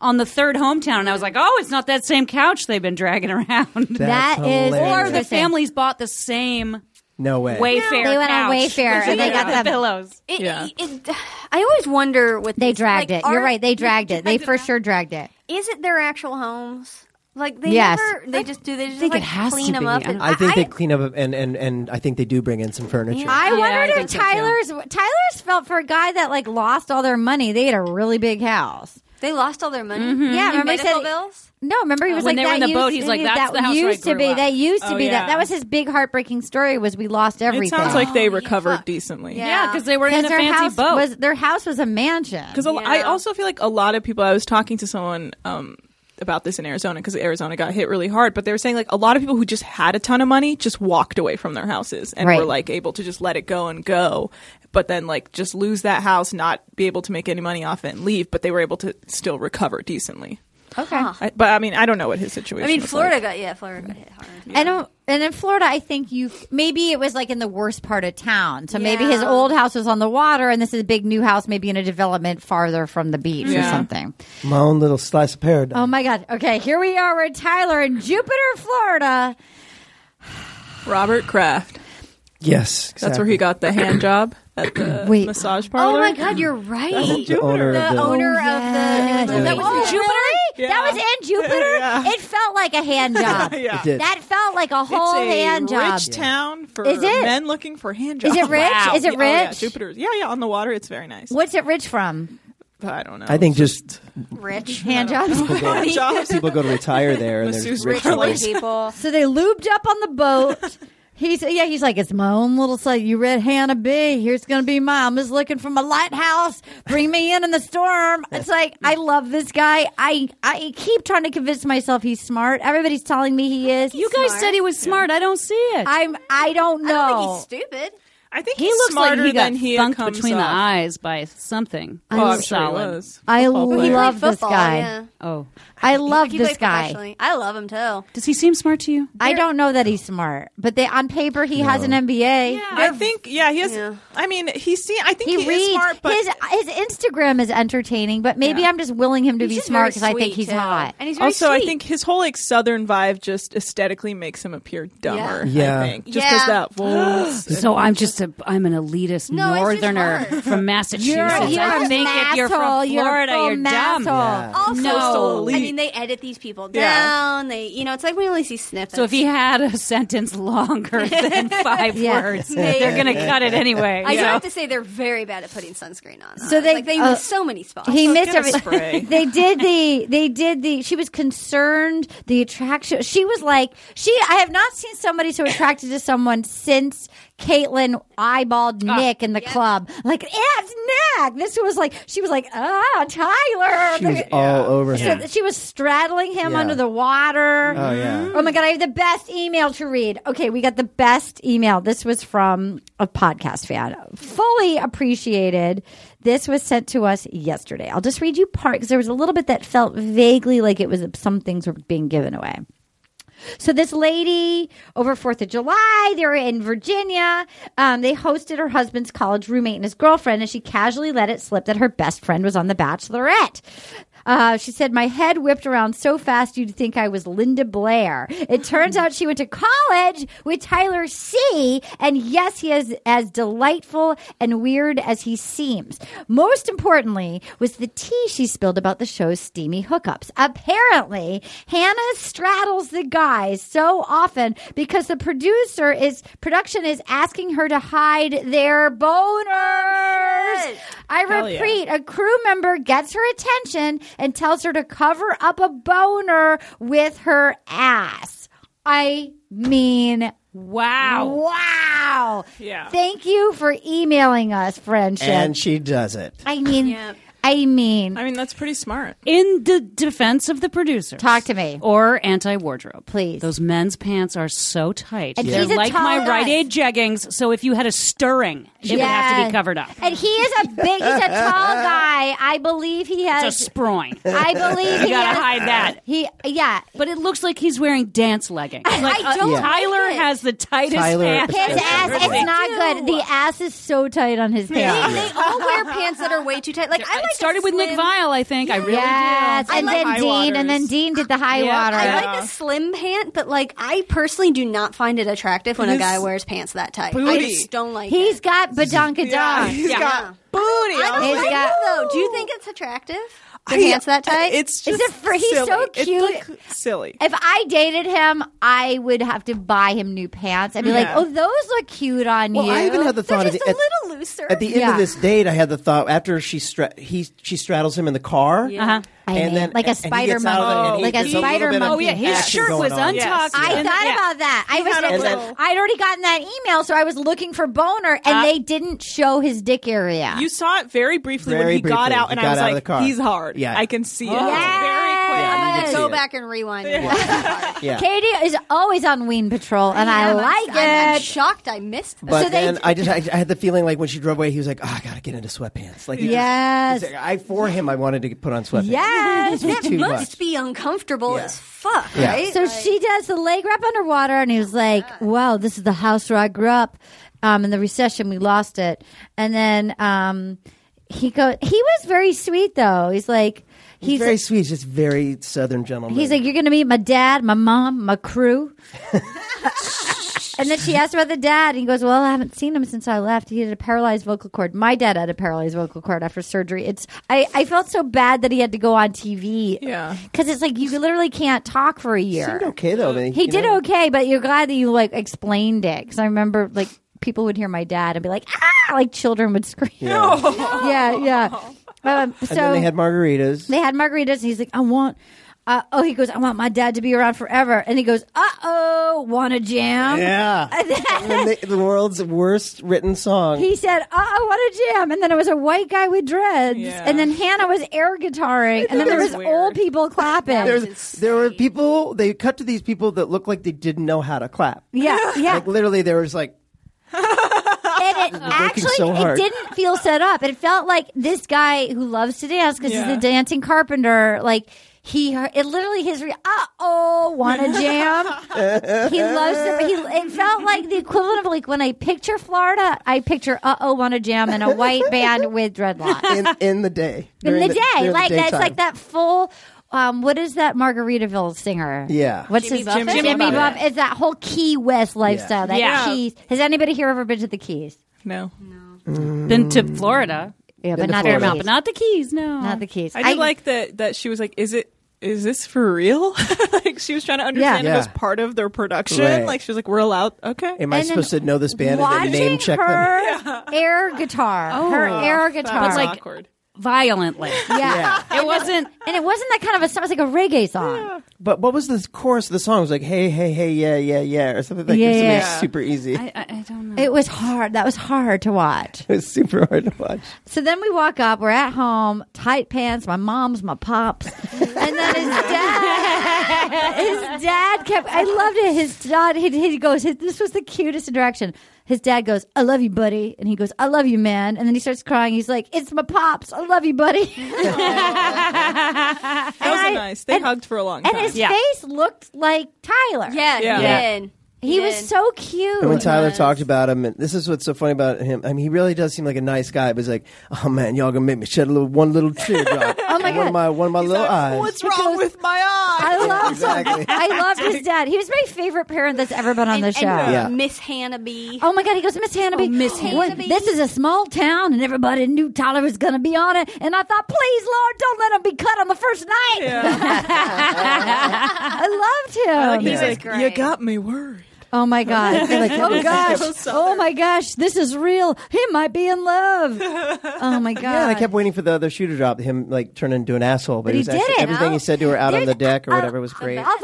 on the third hometown, and I was like, oh, it's not that same couch they've been dragging around.
That's
That is-
[laughs] or
hilarious.
the
Interesting.
families bought the same
no way.
Wayfair.
They went on
couch.
Wayfair, and they got
the
them.
pillows.
It,
Yeah.
it- I always wonder with
They
these,
dragged
like,
it. You're
are-
right. They dragged it. They
[laughs] I-
for sure dragged it.
Is it their actual homes? Like they
Yes.
never. They just do. They just
think
like
it has to
clean them
be.
up.
I don't-
I think they clean up and, and, and I think they do bring in some furniture.
I
Yeah,
wondered
I
if
think so, too.
Tyler's Tyler's felt for a guy that like lost all their money. They had a really big house.
they lost all their money.
Yeah, remember he
medical
said-
bills.
No, remember he was
Uh, When
like
they were
that
in the
used-
boat, he's like, "That's
that
the house where I
used to
grew
be
up."
that used to
Oh,
be that
yeah.
that was his big heartbreaking story was we lost
It
everything.
sounds like they
Oh, you
recovered
fuck.
decently.
[laughs]
Yeah.
Yeah, because they were in
because
a
their
fancy
house
boat.
was their house was a mansion.
Because I also feel like a lot of people. I was talking to someone um, about this in Arizona because Arizona got hit really hard, but they were saying like a lot of people who just had a ton of money just walked away from their houses and
Right.
were like able to just let it go and go, but then like just lose that house, not be able to make any money off it, and leave. But they were able to still recover decently.
Okay.
I, but I mean, I don't know what his situation.
I mean,
was
Florida
like.
got yeah, Florida got hit hard.
I don't. And in Florida, I think you maybe it was like in the worst part of town. So maybe his
Yeah.
old house was on the water, and this is a big new house, maybe in a development farther from the beach or
Yeah.
something.
My own little slice of paradise.
Oh my God. Okay, here we are. We're in Tyler in Jupiter, Florida.
Robert Kraft.
yes,
That's where he got the hand job at the
Wait.
massage
Oh
parlor.
my God, you're right.
the owner
the
of the
owner
yes.
of the that was
Oh,
in Jupiter.
really?
Yeah.
That was in Jupiter.
[laughs] Yeah.
It felt like a hand job.
[laughs] Yeah.
It did.
That felt like a whole
it's a
hand job.
rich town for
Is it?
men looking for hand
Is
jobs.
it rich? Is it
Yeah, oh, yeah,
rich?
Jupiter's. Yeah, yeah, on the water, it's very nice.
What's it rich from?
But I don't know.
I
[laughs]
think just
[laughs]
Rich,
Hand jobs.
hand jobs.
people go to retire there
[laughs]
and there's
Masseuse rich
rich
Poor
[laughs]
Like-
people.
So they lubed up on the boat. He's yeah, he's like, it's my own little site. You read Hannah B. Here's gonna be mine. I'm just looking for my lighthouse. Bring me in in the storm. It's like I love this guy. I I keep trying to convince myself he's smart. Everybody's telling me he is.
you guys said he was smart. I don't see it.
I'm I don't know.
I don't think he's stupid.
I think
he
he's
looks
smarter
like he got
than he
thunked
comes
between the
off.
eyes by something.
Oh, I'm sure he
solid.
was.
I
Football
love
player.
He played
this
football,
guy.
yeah.
oh,
I love
He
this
played
guy.
professionally. I love him too.
does he seem smart to you?
I don't know that he's smart, but they on paper he has an MBA.
I think yeah, he has.
Yeah.
I mean, he's seen. I think
he,
he,
reads
is smart, but
his his Instagram is entertaining, but maybe
Yeah.
I'm just willing him to be
just
smart
very
because I think
sweet,
he's
too.
hot.
And he's very
also I
sweet.
think his whole like southern vibe just aesthetically makes him appear dumber.
Yeah.
I think. just because
Yeah.
that voice.
[laughs] So I'm just a I'm an elitist
No, it's just
northerner
hard.
from Massachusetts.
You're,
I
you're an
think if you're
asshole.
from
You're a
Florida,
full
you're, dumb.
asshole.
also,
No.
I mean, they edit these people
Yeah.
down. They, you know, it's like we only see snippets.
So if he
[laughs]
had a sentence longer than five
Yeah.
words, they're going to cut it anyway.
I
you
do
know?
have to say they're very bad at putting sunscreen on.
So
So
they-
they, like, they
uh,
miss so many spots.
He missed
get a
everything.
spray.
Oh, [laughs] they did the. They did the. She was concerned. The attraction. She was like. She. I have not seen somebody so attracted to someone since Caitlyn eyeballed Nick in the club. Like yeah, it's Nick. This was like. She was like ah Tyler.
She was all over
So
him.
she was straddling him
Yeah.
under the water.
Oh, yeah.
Oh my god, I have the best email to read. Okay, we got the best email. This was from a podcast fan. Fully appreciated. This was sent to us yesterday. I'll just read you part because there was a little bit that felt vaguely like it was some things were being given away. So this lady over Fourth of July, they were in Virginia. Um, they hosted her husband's college roommate and his girlfriend, and she casually let it slip that her best friend was on The Bachelorette. Uh, she said, "My head whipped around so fast you'd think I was Linda Blair." It turns out she went to college with Tyler C, and yes, he is as delightful and weird as he seems. Most importantly, was the tea she spilled about the show's steamy hookups. Apparently, Hannah straddles the guys so often because the producer is production is asking her to hide their boners. I
Hell yeah.
repeat, a crew member gets her attention and tells her to cover up a boner with her ass. I mean,
wow.
wow.
Yeah.
Thank you for emailing us, friendship.
and she does it.
I mean,
Yep.
I mean,
I mean, that's pretty smart.
In the defense of the producer,
Talk to me.
Or anti wardrobe,
Please.
Those men's pants are so tight.
And
They're
he's a
like
tall
my
guy.
Rite Aid jeggings. So if you had a stirring, it would have to
Yeah.
be covered up.
and he is a big, he's a tall guy. I believe he
It's
has.
a sproing. You
I believe he
gotta
has-
hide that.
He, yeah.
[laughs] But it looks like he's wearing dance leggings. Like, uh,
don't like
Tyler
it.
has the tightest
Tyler-
pants.
His
I've
ass,
ever
it's
seen.
not good. The ass is so tight on his pants.
they all wear pants that are way too tight. Like I like
started with Nick
slim-
Vile, I think. I really
Yes,
do.
and
like
then
high
Dean, and then
waters.
Dean did the high
Yeah,
water.
I like a slim pant, but like I personally do not find it attractive when a guy wears pants that tight. I
booty.
just don't like
He's
it.
got badonkadonk.
Yeah, [laughs] he's
Yeah.
got booty. Oh,
I don't
He's
like
got-
it though. Do you think it's attractive? The
I-
pants that tight?
It's
Is
just
it for- he's so
silly. It's,
cute.
like, silly.
If I dated him, I would have to buy him new pants. I'd be like,
Yeah.
"Oh, those look cute on
Well,
you."
I even had the
They're
thought
just
at the,
a
at-
little looser.
At the end
Yeah.
of this date, I had the thought after she stra- he she straddles him in the car,
Uh-huh.
I know. Like a
and he
spider
gets out of it,
monkey.
and he-
Like a
there's little
spider
bit of
monkey.
Oh yeah, his
action
shirt
going
was
on.
untucked.
Yes.
I
and-
thought
yeah.
about that. I was
had a
just,
little-
I'd already gotten that email, so I was looking for boner, and
Uh,
they didn't show his dick area.
You saw it very briefly when
Very
he got
briefly.
out,
He
and
got
I was
out of the
like,
car.
"He's hard.
Yeah.
I can see it.
Yes.
It's
Yeah, you did see
go
it.
back and rewind. and watch that part.
Yeah.
Katie is always on Ween Patrol, and I
Damn, I'm-
like
[laughs] I'm, I'm
it.
shocked I missed that.
But
So they-
then I just I, I had the feeling like when she drove away, he was like, "Oh, I gotta get into sweatpants." Like, he just-
Yes.
he's like, I for him, I wanted to put on sweatpants.
Yes.
It was
That
too
must
much.
be uncomfortable
Yeah.
as fuck,
Yeah.
right?
So she does the leg wrap underwater, and he was like, "Wow, this is the house where I grew up. Um, in the recession, we lost it." And then um, he go. He was very sweet, though. He's like, he's,
He's very sweet, he's just very southern gentleman.
He's like, You're going to meet my dad, my mom, my crew. and then she asked about the dad. And he goes, Well, I haven't seen him since I left. He had a paralyzed vocal cord. My dad had a paralyzed vocal cord after surgery. It's I, I felt so bad that he had to go on TV.
Yeah.
Because it's like you literally can't talk for a
he
year.
did okay though. Man.
He
You
did
know?
okay, but you're glad that you like explained it. Because I remember like people would hear my dad and be like, Ah! Like children would scream.
Yeah.
[laughs] yeah, yeah. Um, so
And then they had margaritas.
they had margaritas and he's like i want uh, oh he goes i want my dad to be around forever and he goes uh-oh want a jam [laughs]
yeah, and then they, the world's worst written song.
he said uh-oh want a jam and then it was a white guy with dreads
Yeah.
and then hannah was air guitaring and then there
That was
was
weird.
old
[laughs]
people clapping
There's- there were people. They cut to these people that looked like they didn't know how to clap.
yeah yeah
Like literally, there was like [laughs]
and it actually
so
it
hard.
didn't feel set up it felt like this guy who loves to dance because
Yeah.
he's a dancing carpenter like he it literally his re- uh-oh want a jam he loves it. He, it felt like the equivalent of like when I picture Florida, I picture uh oh want a jam and a white band with dreadlocks [laughs]
in, in the day.
in the
During
day.
during
Like that's
daytime.
like that full. Um, what is that Margaritaville singer?
Yeah.
what's
Jimmy
his
Buffett?
Jimmy,
Jimmy
Buffett.
Buffett.
It's that whole Key West lifestyle. That
Yeah.
Keys. Has anybody here ever been to the Keys?
No,
Been to Florida,
Yeah,
Been
but
to
not the,
Florida.
Keys.
but not the Keys. No,
Not the Keys.
I did like that. That she was like, "Is it? Is this for real?" [laughs] like she was trying to understand
Yeah.
if it was part of their production.
Right.
Like she was like, "We're allowed." Okay.
Am I
and then
supposed to know this band and then
watching
name check them?
her air guitar. her air guitar.
That's
like-
awkward.
violently.
yeah.
It wasn't.
And [laughs] it wasn't that kind of a song. It was like a reggae song.
But what was the chorus of the song? It was like, hey, hey, hey, yeah, yeah, yeah, or something like
Yeah,
this. It
yeah.
was super easy.
I, I, I don't know.
It was hard. That was hard to watch.
it was super hard to watch.
So then we walk up. We're at home, tight pants. My mom's, my pops, and then his dad. His dad kept. I loved it. His dad. He, he goes. His, this was the cutest interaction. His dad goes, "I love you, buddy," and he goes, "I love you, man." And then he starts crying. He's like, "It's my pops. I love you, buddy."
That was
I-
nice. They
and-
hugged for a long
and
time.
his
Yeah.
face looked like Tyler.
yeah,
Yeah.
He did.
he was
did.
so cute.
And when Tyler talked about him, and this is what's so funny about him. I mean, he really does seem like a nice guy, but he's like, oh man, y'all gonna make me shed a little, one little
[laughs]
tear drop. [laughs] oh
my
one
God.
Of my, one of my little eyes.
What's wrong with my eye?
I loved
exactly.
I loved his dad. He was my favorite parent that's ever been on the show.
And, uh,
Yeah.
Miss Hannah B.
Oh my God! He goes, Miss Hannaby. Miss
Hannaby.
This is a small town, and everybody knew Tyler was going to be on it. And I thought, please, Lord, don't let him be cut on the first night. [laughs] I loved him.
Like, he's
Yeah.
like,
Great.
you got me worried.
Oh my God! oh gosh! Oh my gosh! This is real. He might be in love. Oh my God!
Yeah, and I kept waiting for the other shoe to drop, him like turn into an asshole. But,
he
he was actually,
didn't.
everything he said to her out on the
There's-
deck or
uh,
whatever was great.
Of all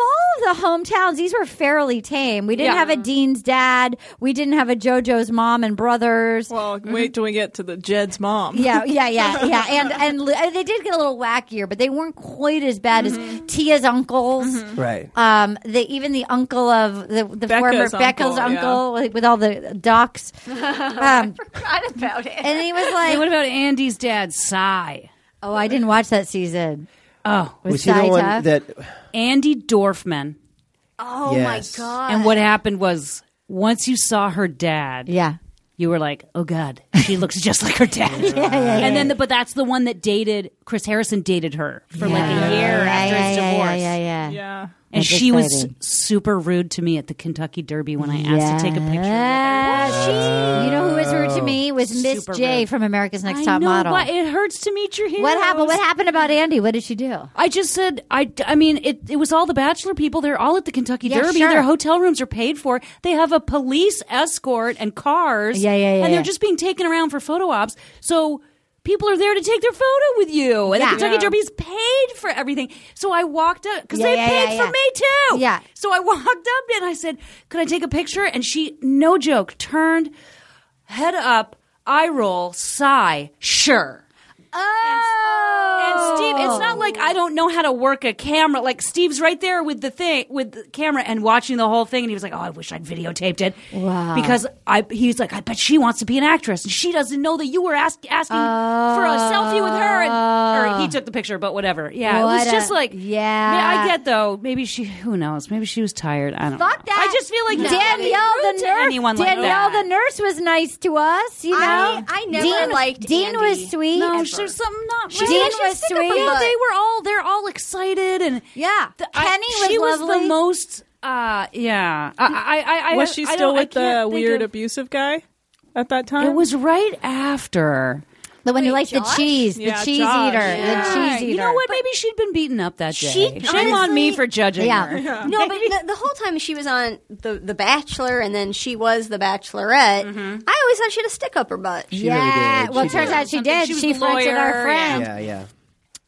of the hometowns, these were fairly tame. We didn't
Yeah.
have a Dean's dad. We didn't have a JoJo's mom and brothers.
Well, wait till we get to the Jed's mom.
[laughs] yeah, yeah, yeah, yeah, and and li- and they did get a little wackier, but they weren't quite as bad as Tia's uncles.
right.
Um, the even the uncle of the, the former
Becca's
Becca's
uncle, yeah.
uncle like, with all the ducks, um,
forgot about it.
and he was
[laughs] Hey, what
like,
about Andy's dad, Cy?
"Oh, I didn't watch that season."
Oh,
Was,
was he the
Sai
one
tough?
that?
Andy Dorfman.
oh
yes.
my god!
And what happened was once you saw her dad,
Yeah,
you were like, oh god, she looks just like
[laughs]
her dad. [laughs] And then, the, but that's the one that dated Chris Harrison dated her for like a year after his
yeah,
divorce.
yeah, yeah, yeah.
Yeah.
And
That's
she was
exciting.
super rude to me at the Kentucky Derby when I asked to take a picture. with her.
Yeah, she- you know who was rude to me was Miss
super
J
rude.
from America's Next
I
Top
know,
Model.
but it hurts to meet your heroes.
what happened? What happened about Andy? What did she do?
I just said I. I mean, it. It was all the Bachelor people. They're all at the Kentucky
Yeah,
Derby.
sure.
Their hotel rooms are paid for. They have a police escort and cars.
Yeah, yeah, yeah,
And
yeah.
they're just being taken around for photo ops. So people are there to take their photo with you. And
Yeah.
the Kentucky
Yeah.
Derby's paid for everything. So I walked up because
Yeah,
they
yeah,
paid
yeah,
for
yeah.
me too.
Yeah.
So I [laughs] walked up and I said, "Could I take a picture?" And she, no joke, turned head up, eye roll, sigh, sure.
Oh,
And Steve, it's not like I don't know how to work a camera. Like Steve's right there with the thing, with the camera, and watching the whole thing. And he was like, "Oh, I wish I'd videotaped it."
Wow.
Because I, he's like, "I bet she wants to be an actress, and she doesn't know that you were ask, asking for a selfie with her." And, or he took the picture, but whatever. Yeah, it
Oh. What
was
a-
just like,
yeah.
Yeah, I get though. Maybe she, who knows? Maybe she was tired. I don't.
Fuck
know.
that.
I just feel like
Oh. Danielle the nurse.
Anyone like
Danielle
that.
the nurse was nice to us. You know,
I- I never
Dean,
liked
Dean
Andy.
was sweet.
No, there's something not
She
right.
did
Just
was
think about
sweet.
it. They were all they're all excited and
Yeah.
The-
Kenny was
she was
lovely.
the most. Uh, yeah. I, I, I, I
Was she
I don't-
still
I
with the
can't think
weird
Of,
abusive guy at that time?
it was right after.
the one who likes the cheese, the
Yeah,
cheese
Josh.
eater, the
Yeah.
cheese eater.
You know what? Maybe she'd been beaten up that day.
She-
Shame on me
honestly-
for judging
Yeah.
her.
No, but the, the whole time she was on the The Bachelor, and then she was the Bachelorette. I always thought she had a stick up her butt.
She
yeah.
really did.
Well,
She
it turns
did.
out she
Something-
did.
she was
She
a
flirted our
lawyer,
friend.
Yeah, yeah.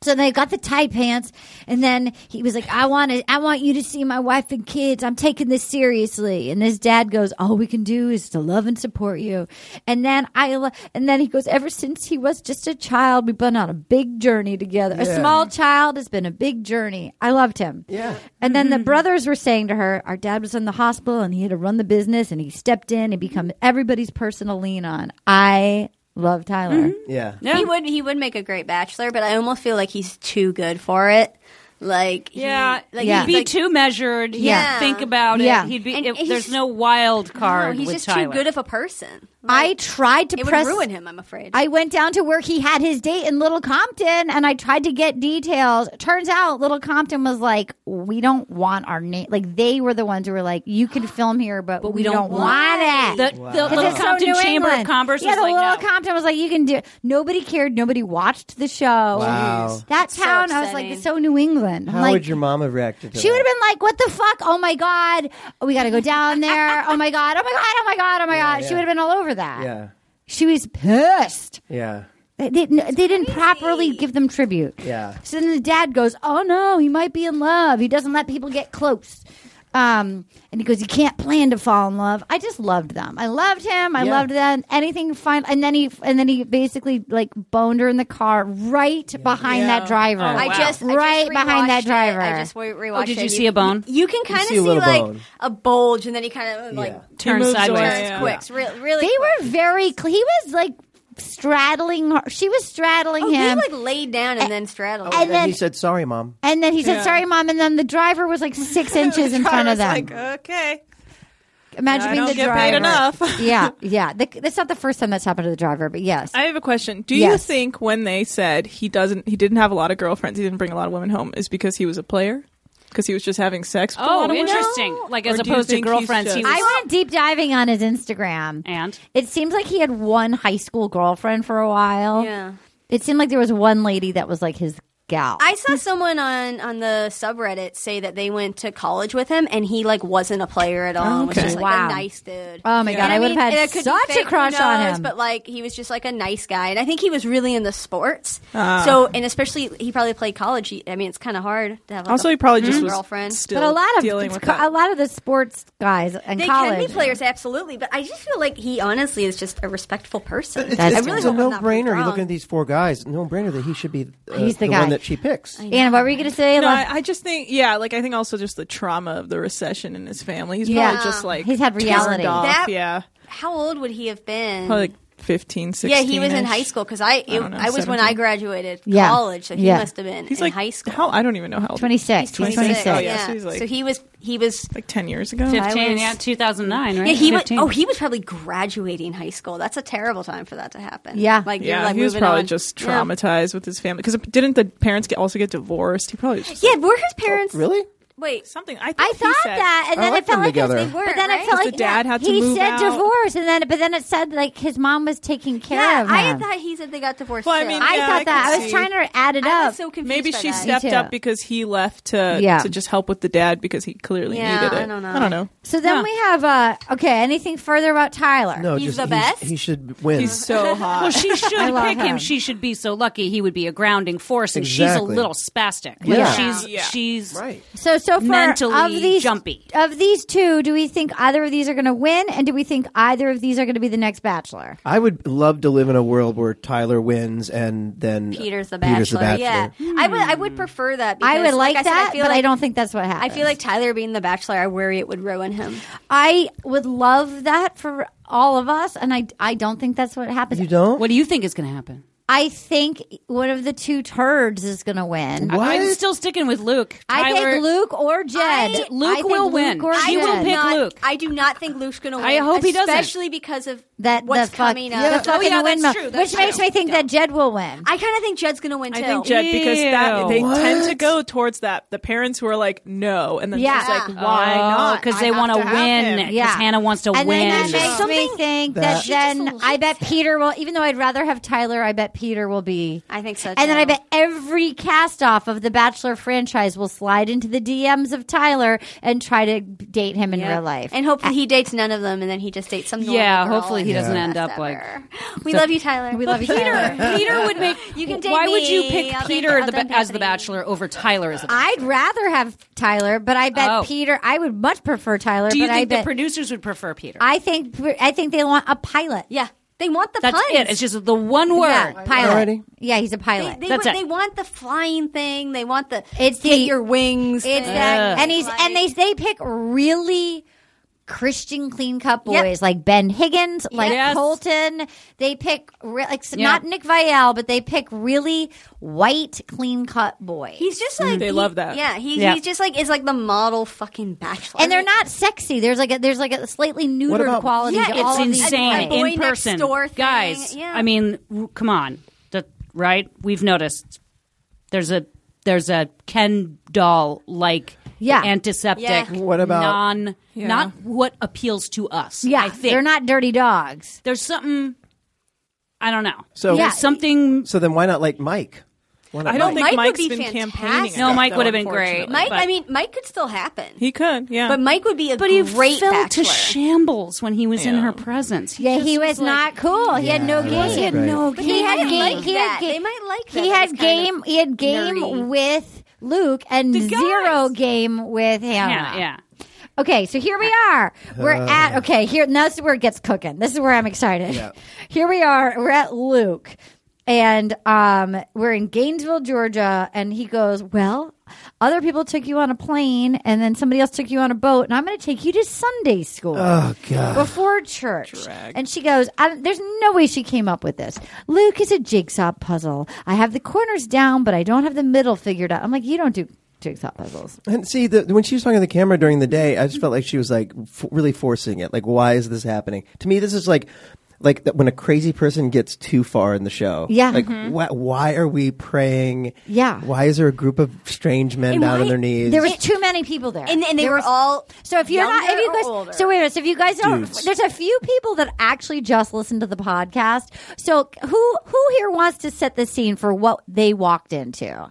So they got the tight pants, and then he was like, "I want to, I want you to see my wife and kids. I'm taking this seriously." And his dad goes, "All we can do is to love and support you." And then I, lo- and then he goes, "Ever since he was just a child, we've been on a big journey together. A small child has been a big journey. I loved him."
Yeah.
And then the
Mm-hmm.
brothers were saying to her, "Our dad was in the hospital, and he had to run the business, and he stepped in and become everybody's personal lean on." I love Tyler.
Mm-hmm.
Yeah.
He would he would make a great Bachelor, but I almost feel like he's too good for it. Like he-
Yeah,
like
Yeah.
he'd be
he's like,
too measured. He'd
Yeah.
think about it.
Yeah.
he'd be.
And
if-
he's-
there's no wild
no,
card.
he's
with
just
Tyler.
too good of a person.
I tried to
It would
press
ruin him. I'm afraid.
I went down to where he had his date in Little Compton and I tried to get details. Turns out Little Compton was like, we don't want our name. Like, they were the ones who were like, you can film here, but, we, don't, want it.
The, the
Because
little
it's so
Compton
New
Chamber of
England.
Commerce
Yeah,
was
the
like,
Little
no.
Compton was like, you can do it. Nobody cared. Nobody watched the show.
Wow. Jeez.
That
That's so
town, I was like,
upsetting.
it's so New England. I'm
How
like,
would your mom have reacted to
she would have
that?
been like, "What the fuck? Oh my god, we got to go down there. Oh my god, oh my god, oh my god, oh my god." She
[laughs] yeah.
would have been all over that.
Yeah.
she was pissed.
Yeah.
They, they, they didn't properly give them tribute.
Yeah.
So then the dad goes, "Oh no, he might be in love. He doesn't let people get close." Um, and he goes, "You can't plan to fall in love." I just loved them. I loved him. I
Yeah.
loved them. Anything fine. And then he and then he basically like boned her in the car right behind that driver.
Oh,
I
wow.
just I just
right behind that
rewatched it.
driver.
I just re- rewatched.
Oh, did
it.
you see a bone?
You can kind of
see
see,
a little
like
bone.
a bulge, and then he kind of like
Yeah.
Turn
moves
sideways.
away,
turns
yeah.
quicks. Re- really,
they were very cl- he was like straddling her she was straddling
Oh,
him
he like laid down and then straddled.
and
And
then
he said, "Sorry, mom."
and then he said
Yeah.
sorry mom and then the driver was like
[laughs]
six [laughs] inches in front of them
Like,
"Oh,
okay.
imagine
I
being
don't
the
get
driver
paid enough.
yeah yeah the, that's not the first time that's happened to the driver but yes
I have a question. Do
Yes.
you think when they said he doesn't, he didn't have a lot of girlfriends, he didn't bring a lot of women home, is because he was a player? Because he was just having sex? With a lot
Oh,
of women?
interesting. Like as
Or do you
opposed to
think he's
girlfriends, he
just-
was.
I went deep diving on his Instagram,
And?
it seems like he had one high school girlfriend for a while.
Yeah.
it seemed like there was one lady that was like his gal.
I saw someone on on the subreddit say that they went to college with him, and he like wasn't a player at all. and Was
Okay.
just like
Wow.
a nice dude.
oh my god, I, would
mean,
have
it
had
could be
such
fake,
a
who
crush on
knows,
him.
But like he was just like a nice guy, and I think he was really into sports. so and especially he probably played college. He- I mean, it's kind of hard to have. Like,
Also,
a
he probably just was
Mm-hmm. girlfriend.
still
but a lot of
dealing with
a
that.
lot of the sports guys in
They
college
can be players, absolutely, but I just feel like he honestly is just a respectful person.
It's,
That's
it's,
really
it's a
hope I'm not proved
no-brainer. You're
wrong.
looking at these four guys. No-brainer that he should be uh,
He's the
the,
guy.
one that she picks.
Anna, what were you going to say?
No,
Like,
I, I just think, yeah, like I think also just the trauma of the recession in his family. He's
Yeah.
probably just like
He's had reality.
turned off.
That-
yeah,
How old would he have been?
probably like 15, 16.
Yeah, he was in high school because I it, I,
don't know,
was when
17.
I graduated
Yeah.
college, so he
Yeah.
must have been
He's
in
like
high school.
How I don't even know how old.
26. He's
26.
26.
Oh, yeah,
yeah.
so he's like-
he was he was
Like ten years ago.
I
15,
was-
yeah, 2009, right?
yeah he was
15.
oh he was probably graduating high school. That's a terrible time for that to happen.
Yeah.
like you're
Yeah,
like
he was
moving
probably
on.
just
Yeah.
traumatized with his family because didn't the parents get also get divorced? He probably just,
Yeah, were his
Oh,
parents
Really?
Wait,
something. I, think
I
he
thought
said-
that, and
I
then
like
it felt
them
like it was-
together.
they were. But then it felt
Because
like
the dad had to
he
move
said
out.
divorce, and then but then it said like his mom was taking care
yeah,
of him.
I thought he said they got divorced.
Well, I
too.
mean,
I
Yeah,
thought
I
that.
could
I was
see.
trying to add it
I
up.
was so confused.
Maybe
by
she
that.
stepped
Me too.
up because he left to
Yeah.
to just help with the dad because he clearly
Yeah,
needed it.
I don't know.
I don't know.
So then we have uh okay. Anything further about Tyler?
No,
He's
just,
the best?
He should
[laughs]
win.
He's so hot.
[laughs]
Well, she should
love
pick him.
him.
She should be so lucky. He would be a grounding force, and she's
Exactly.
a little spastic. Like,
Yeah.
she's
Yeah.
she's
right.
So so far
Mentally
of these
jumpy.
of these two, do we think either of these are going to win, and do we think either of these are going to be the next Bachelor?
I would love to live in a world where Tyler wins and then
Peter's the bachelor. Yeah, I would I would prefer that. Because,
Hmm. I would like,
I said,
that,
I feel
but
like,
I don't think that's what
I
happens.
feel like Tyler being the bachelor, I worry it would ruin him.
I would love that for all of us, and I I don't think that's what happens.
You don't?
What do you think is going to happen?
I think one of the two turds is going to win.
What?
I'm still sticking with Luke.
I
Tyler-
think Luke or Jed.
I-
Luke
I think
will win.
Luke or
He
I
will
Jed.
do
pick
not-
Luke.
I do not think Luke's going to win.
I hope he doesn't.
especially because of
that
what's
the fuck,
coming
the
up.
fucking
yeah, that's
windmill,
true, that's
which makes
true.
me think that Jed will win.
I kind of think Jed's going to win
I
too.
think Jed because that they
What?
tend to go towards that the parents who are like no and then
Yeah.
she's like why not
uh, because
I
Oh, they
have
want to
have
win.
him.
Because
Yeah.
Hannah wants to
and
win.
then that makes me
Something
think that,
that-
then I bet Peter will. Even though I'd rather have Tyler, I bet Peter will be.
I think so.
And then
too.
I bet every cast off of the Bachelor franchise will slide into the DMs of Tyler and try to date him in
Yeah.
real life.
And hopefully he dates none of them, and then he just dates some. normal
Yeah,
girl
hopefully he
and
doesn't
the
end
best
up like- [laughs]
ever. We love you, Tyler.
we love you, Tyler.
[laughs]
Peter would make. [laughs]
You can date
Why would you
me.
pick
I'll date
Peter
the-
the,
I'll date
as the
Anthony.
Bachelor over Tyler as the Bachelor?
I'd rather have Tyler, but I bet
Oh.
Peter. I would much prefer Tyler.
Do you
but
think
I bet,
the producers would prefer Peter?
I think I think they want a pilot.
Yeah, they want the
That's
puns.
it. It's just the one word.
Yeah, pilot.
Alrighty.
Yeah, he's a pilot.
They,
That's
want,
it.
they want the flying thing. They want the
It's
get
the-
your wings.
It's
thing.
that, and he's
Like-
and they they pick really Christian clean cut boys
Yep.
like Ben Higgins, like
Yes.
Colton. They pick re- like s-
Yeah.
not Nick Vial, but they pick really white clean cut boys.
He's just
Mm,
like
They
he-
love that.
Yeah, he,
Yeah.
he's just like is like the model fucking bachelor,
and they're not sexy. There's like a, there's like a slightly neutered
about-
quality
Yeah,
to
it's
all
it's
of these
insane
boys.
boy
in
next
person.
door thing.
Guys,
Yeah.
I mean, w- come on, that, right? We've noticed there's a there's a Ken doll like
Yeah.
antiseptic.
Yeah.
What about-
non not what appeals to us?
Yeah,
I think.
they're not dirty dogs.
There's something I don't know.
So
Yeah.
There's something.
so then why not like Mike? Why not
I don't
Mike?
Mike
think
would
Mike's
be
been campaigning.
fantastic.
No,
enough,
Mike
though,
would have been great.
unfortunately.
Mike,
but-
I mean, Mike could still happen,
He could, yeah.
but Mike would be a
But he
great
fell to
bachelor.
shambles when he was in
Yeah.
her presence.
Yeah, he was, not cool. He had no
Yeah,
game.
right, He had right. no
But they might like
He had
that.
game-
They might like that.
He
That
had
was kind
game.
of
He had game
nerdy.
with Luke and
guys.
zero game with Hannah.
Hannah, yeah.
Okay, so here we are. We're at okay. Here, now this is where it gets cooking. This is where I'm excited.
Yeah.
[laughs] Here we are. We're at Luke, and um, we're in Gainesville, Georgia. And he goes, "Well, other people took you on a plane, and then somebody else took you on a boat, and I'm going to take you to Sunday school."
Oh god.
[sighs]
before church. And she goes, I, don't- There's no way she came up with this. Luke is a jigsaw puzzle. I have the corners down, but I don't have the middle figured out. I'm like, You don't do jigsaw puzzles.
And see, the, when she was talking to the camera during the day, I just felt like she was like f- really forcing it. Like, why is this happening? To me, this is like like that when a crazy person gets too far in the show.
Yeah. Mm-hmm.
Like, wha- why are we praying?
Yeah.
Why is there a group of strange men
And
down on
why-
their knees?
There was too many people there.
and, and they
There
were
was-
all
So if you're not, if
younger
you
or
guys,
older.
so wait a minute. So if you guys don't,
Dudes.
there's a few people that actually just listen to the podcast. So who who here wants to set the scene for what they walked into?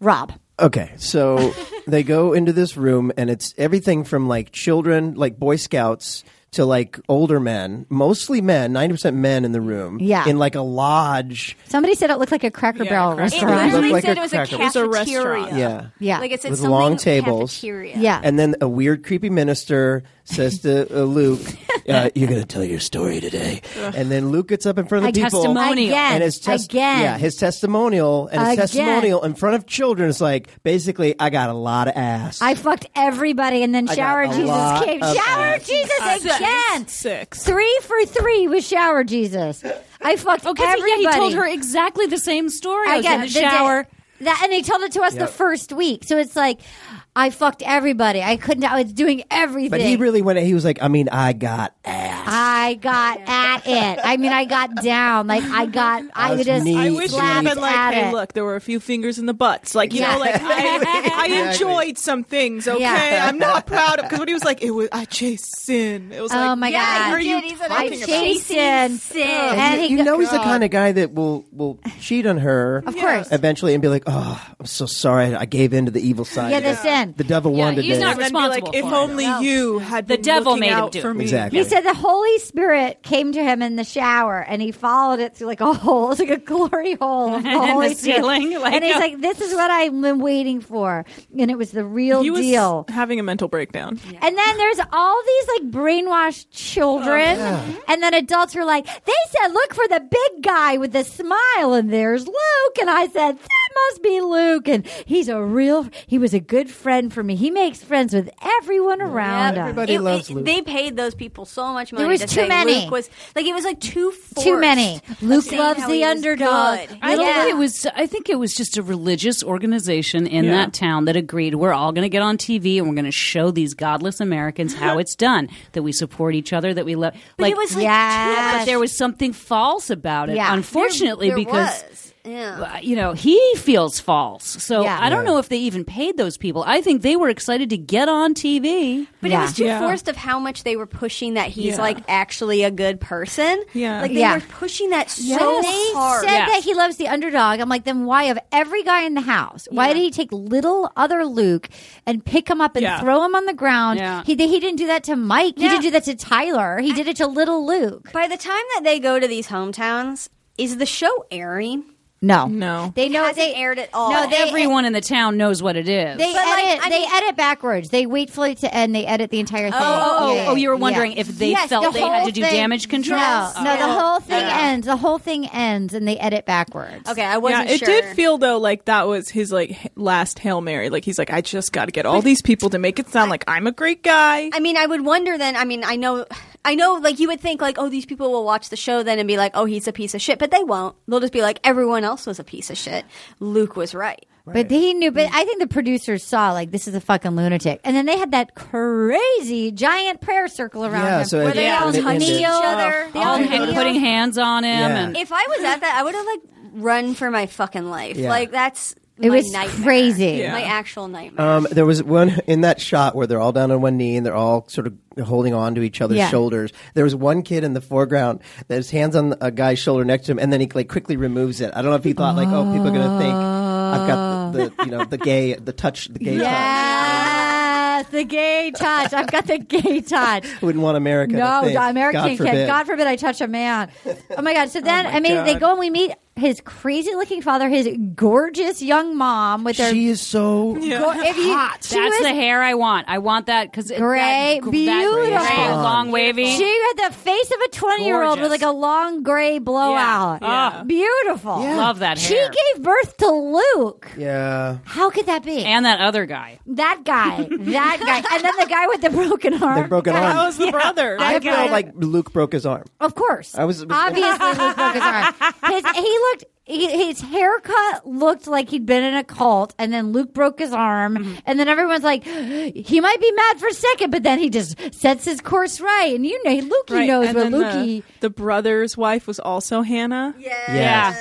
Rob,
Okay,
[laughs]
so they go into this room, and it's everything from like children, like Boy Scouts, to like older men, mostly men, ninety percent men in the room.
Yeah.
in like a lodge.
somebody said it looked like a Cracker
Yeah,
Barrel
Cracker
It
Sorry.
restaurant.
Barrel. Looked
literally
like
said
a
it was a
cracker. It was
a
cafeteria.
restaurant.
Yeah.
Yeah.
like it said
With
something
long tables.
Cafeteria.
Yeah. [laughs]
And then a weird, creepy minister says to uh, Luke, uh, you're going to tell your story today. And then Luke gets up in front of the
A
people.
testimonial.
Again.
And his test-
Again.
Yeah, his testimonial and his
Again.
testimonial in front of children is like, basically, I got a lot of ass.
I fucked everybody, and then
got
shower
a
Jesus
lot
came.
of
Shower
ass.
Jesus again.
Six.
Three for three with shower Jesus. I fucked
Okay, so
everybody.
yeah, Oh, he told her exactly the same story. I was in the
day-
shower.
that, and they told it to us the
Yep.
first week. So it's like, I fucked everybody. I couldn't. I was doing everything.
but he really went, he was like, I mean, I got ass.
I got at it. I mean, I got down. Like I got. I,
was
just
knee
I wish it
slapped
had
deep.
been like,
at
hey,
it.
look, there were a few fingers in the butts. Like, you
Yeah.
know, like [laughs] I, I
Exactly.
enjoyed some things. Okay,
Yeah.
I'm not proud of because when he was like, it was I chased sin. It was
Oh
like,
my
yeah,
God.
Are you
He did. He said,
I
talking about?
chased sin. And
you,
he
you
go-
know he's the kind of guy that will will cheat on her of
course.
eventually and be like oh i'm so sorry i gave in to the evil side
Yeah,
of it.
the sin.
the devil won
he's
today
not
And then be like,
responsible
if
for it.
only you had
The
been
devil
looking
made him
out
do it.
for me.
Exactly.
He said the Holy Spirit came to him in the shower, and he followed it through like a hole, [laughs] it's like a glory hole
[laughs]
of the
the
Holy Spirit.
ceiling, like
and he's
a-
like, "This is what I've been waiting for," and it was the real
He was
deal.
having a mental breakdown.
And then there's all these like brainwashed
Oh,
children, and then adults who are like, "They said look for the big guy with the smile," and there's Luke, and I said that must be Luke, and he's a real, he was a good friend for me. He makes friends with everyone around us.
Everybody
It-
loves
it-
Luke.
They paid those people so much money.
was
to
too
say
many.
Luke was like it was like too
Too many.
forced of
Luke
saying
loves
how
the
he was
underdog.
good.
I don't
Yeah.
think it was. I think it was just a religious organization in
Yeah.
that town that agreed we're all going to get on TV and we're going to show these godless
[laughs]
Americans how it's done. That we support each other. That we love.
But
like
it was like
Yes.
but there was something false about it.
Yeah.
Unfortunately,
there
because.
was. Yeah.
uh, You know, he feels false. So
Yeah.
I don't
Yeah.
know if they even paid those people. I think they were excited to get on TV.
But
Yeah.
it was too
Yeah.
forced of how much they were pushing that he's
Yeah.
like actually a good person.
Yeah.
Like they
Yeah.
were pushing that so
When they
hard.
said
Yes.
that he loves the underdog, I'm like, then why of every guy in the house? Why did he take little other Luke and pick him up and
Yeah.
throw him on the ground?
Yeah.
He he didn't do that to Mike. He
No.
didn't do that to Tyler. He did it to little Luke.
By the time that they go to these hometowns, is the show airing?
No,
No.
They know
hasn't
they
aired at all.
No, they
Everyone in the town knows what it is.
They edit.
But, like, I
they
mean-
edit backwards. They wait for it to end. They edit the entire thing.
oh, oh,
Yeah.
oh, you were wondering
Yeah.
if they
Yes,
felt
the
they had
whole
to do
thing-
damage control.
No,
Oh.
no, the whole thing
Yeah.
ends. The whole thing ends, and they edit backwards.
Okay, I
Yeah,
wasn't
it
sure.
did feel though like that was his like h- last hail mary. Like he's like, I just got to get all these people to make it sound like I'm a great guy.
I mean, I would wonder then. I mean, I know, I know, like you would think, like, oh, these people will watch the show then and be like, oh, he's a piece of shit, but they won't. They'll just be like, everyone else was a piece of shit. Luke was right.
But he knew. But I think the producers saw like this is a fucking lunatic, and then they had that crazy giant prayer circle around
Yeah,
him
so
where
it-
they
yeah,
all
and it
kneel,
ended.
they
Oh.
all
all
Yeah.
hand,
kneel.
putting hands on him.
Yeah.
And
If I was at that, I would have like run for my fucking life.
Yeah.
Like that's
It
my
was
nightmare.
crazy.
Yeah.
my actual nightmare.
Um, there was one in that shot where they're all down on one knee and they're all sort of holding on to each other's
Yeah.
shoulders. There was one kid in the foreground that his hands on a guy's shoulder next to him, and then he like quickly removes it. I don't know if he thought like, oh, people are gonna think I've got the, the you know the gay the touch the gay
Yes, the gay touch. I've got the gay touch.
touch. Wouldn't want America.
No,
to think,
American
God
kid.
forbid.
God forbid I touch a man. Oh my god! So then,
my
I mean, they
God.
go and we meet his crazy looking father, his gorgeous young mom with her.
she is so
go- if you-
That's
she was
the hair I want. I want that because
Gray,
that, gr-
beautiful.
that gray, long wavy.
She had the face of a 20 year old with like
Gorgeous.
a long gray blowout.
Yeah. Yeah.
Beautiful.
Love that
She
hair.
gave birth to Luke.
yeah.
How could that be?
and that other guy.
that guy. That guy.
[laughs]
And then the guy with the broken arm.
They broken
That
arm.
was the brother.
I
got
felt
it.
like Luke broke his arm.
Of course.
I was-
obviously Luke broke his
[laughs]
arm. His, he looked. he- His haircut looked like he'd been in a cult, and then Luke broke his arm,
Mm-hmm.
and then everyone's like, [gasps] he might be mad for a second, but then he just sets his course right, and you know, Lukey
Right,
knows
and
what
then
uh,
Lukey.
the, the brother's wife was also Hannah.
Yeah.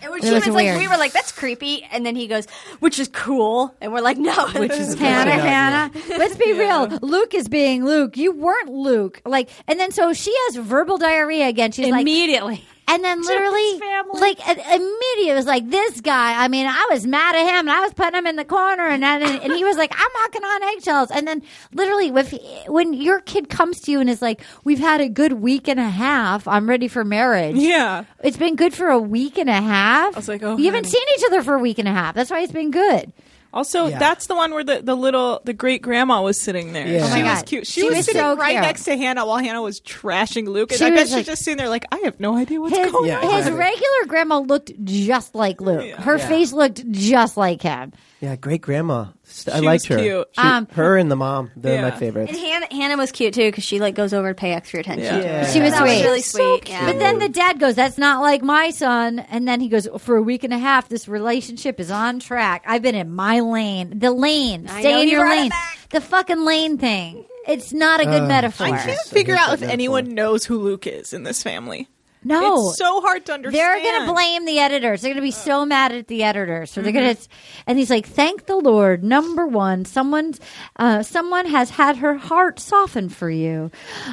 And when
It
she
was
was, like,
weird.
we were like, that's creepy. And then he goes, which is cool. And we're like, no. Which is
Hannah,
Yeah.
Hannah. [laughs] Let's be real. Luke is being Luke. You weren't Luke. Like, and then so she has verbal diarrhea again. She's like,
Immediately.
and then literally,
family.
like, uh, immediately it was like, this guy. I mean, I was mad at him, and I was putting him in the corner, and then, and he was like, I'm walking on eggshells. And then, literally, with when your kid comes to you and is like, We've had a good week and a half. I'm ready for marriage.
Yeah.
It's been good for a week and a half. I
was like, oh,
you haven't
honey.
seen each other for a week and a half. That's why it's been good.
Also,
Yeah.
that's the one where the, the little the great grandma was sitting there.
Yeah. Oh my
she was
God.
cute. She,
She
was,
was
sitting
so
right
cute.
next to Hannah while Hannah was trashing Luke. And
She
I bet
was
she's
like-
just sitting there like, I have no idea what's
His,
going
Yeah,
on.
his
exactly.
regular grandma looked just like Luke. Her face looked just like him.
Yeah, great grandma. St- I
She
liked
was
her.
cute.
She-
Um,
her and the mom, they're my
Yeah.
favorites.
[laughs] And Hannah, Hannah was cute too because she like goes over to pay extra attention.
Yeah.
to her.
Yeah.
She was
That was
sweet.
really
So
sweet, yeah.
But then the dad goes, "That's not like my son." And then he goes, "For a week and a half, this relationship is on track. I've been in my lane, the lane.
I
Stay
know
in
you
your
brought it
lane.
back.
The fucking lane thing. It's not a good metaphor.
I
Yes,
can't
I
figure
hate
out
that
if
metaphor.
anyone knows who Luke is in this family.
no,
It's so hard to understand.
Oh. They're going to blame the editors. They're going to be
Uh.
so mad at the editors. So they're
Mm-hmm.
going to, and he's like, "Thank the Lord, number one, someone's, uh, someone has had her heart softened for you."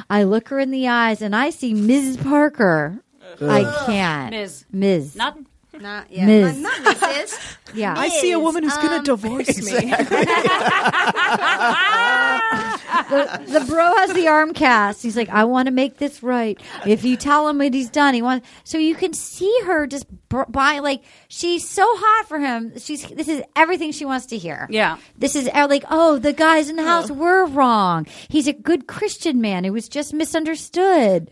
I look her in the eyes and I see Ms. Parker. I can't,
Ms.
Ms.
Not
not yeah,
Ms.
not
[laughs]
not Mrs.
yeah,
I see a
is,
woman who's
Um,
going
[laughs]
to divorce me.
uh, the bro has the arm cast. He's like, I want to make this right. If you tell him what he's done, he wants. So you can see her just br- by like she's so hot for him. She's this is everything she wants to hear.
Yeah.
this is uh, like, oh, the guys in the house were wrong. He's a good Christian man who was just misunderstood.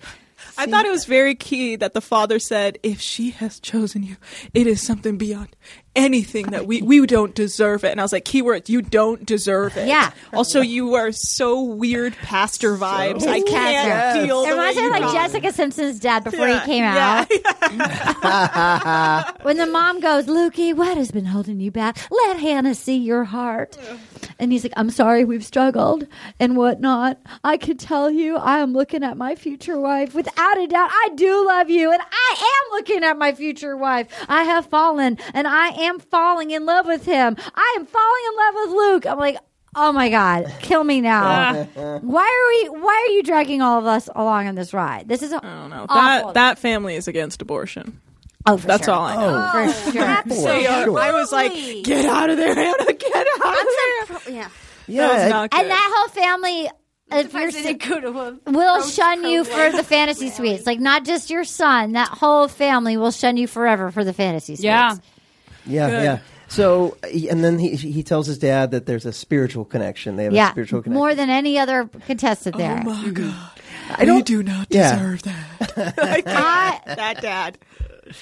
I thought it was very key that the father said, If she has chosen you, it is something beyond anything that we, we don't deserve it. And I was like, Keywords, you don't deserve it.
Yeah.
Also, you are so weird pastor vibes. I can't
Pastor.
deal
It
the
reminds
way
me
you
of like
talk.
Jessica Simpson's dad before
Oh, Yeah,
he came out.
yeah,
When the mom goes, Lukey, what has been holding you back? Let Hannah see your heart. And he's like, I'm sorry, we've struggled and whatnot. I could tell you, I am looking at my future wife. Without a doubt, I do love you. And I am looking at my future wife. I have fallen and I am falling in love with him. I am falling in love with Luke. I'm like, Oh my God! Kill me now. why are we? Why are you dragging all of us along on this ride? This is I
[laughs] I don't know. That, that family is against abortion.
oh, for
That's
sure.
all I know.
Oh,
For sure.
Boy, Oh, sure.
I was like, Get out of there, Hannah. Get out of there.
Pro- yeah.
yeah,
That was
it-
not good.
And that whole family, if you're
Surprised they didn't go to a-
will shun you for the fantasy suites. Like not just your son, that whole family will shun you forever for the fantasy suites.
yeah.
Yeah, yeah. So, uh, and then he he tells his dad that there's a spiritual connection. They have a
Yeah,
spiritual connection.
more than any other contestant there.
Oh, God.
I don't.
do not
Yeah.
deserve
[laughs]
that. [laughs] I can't.
I,
that dad.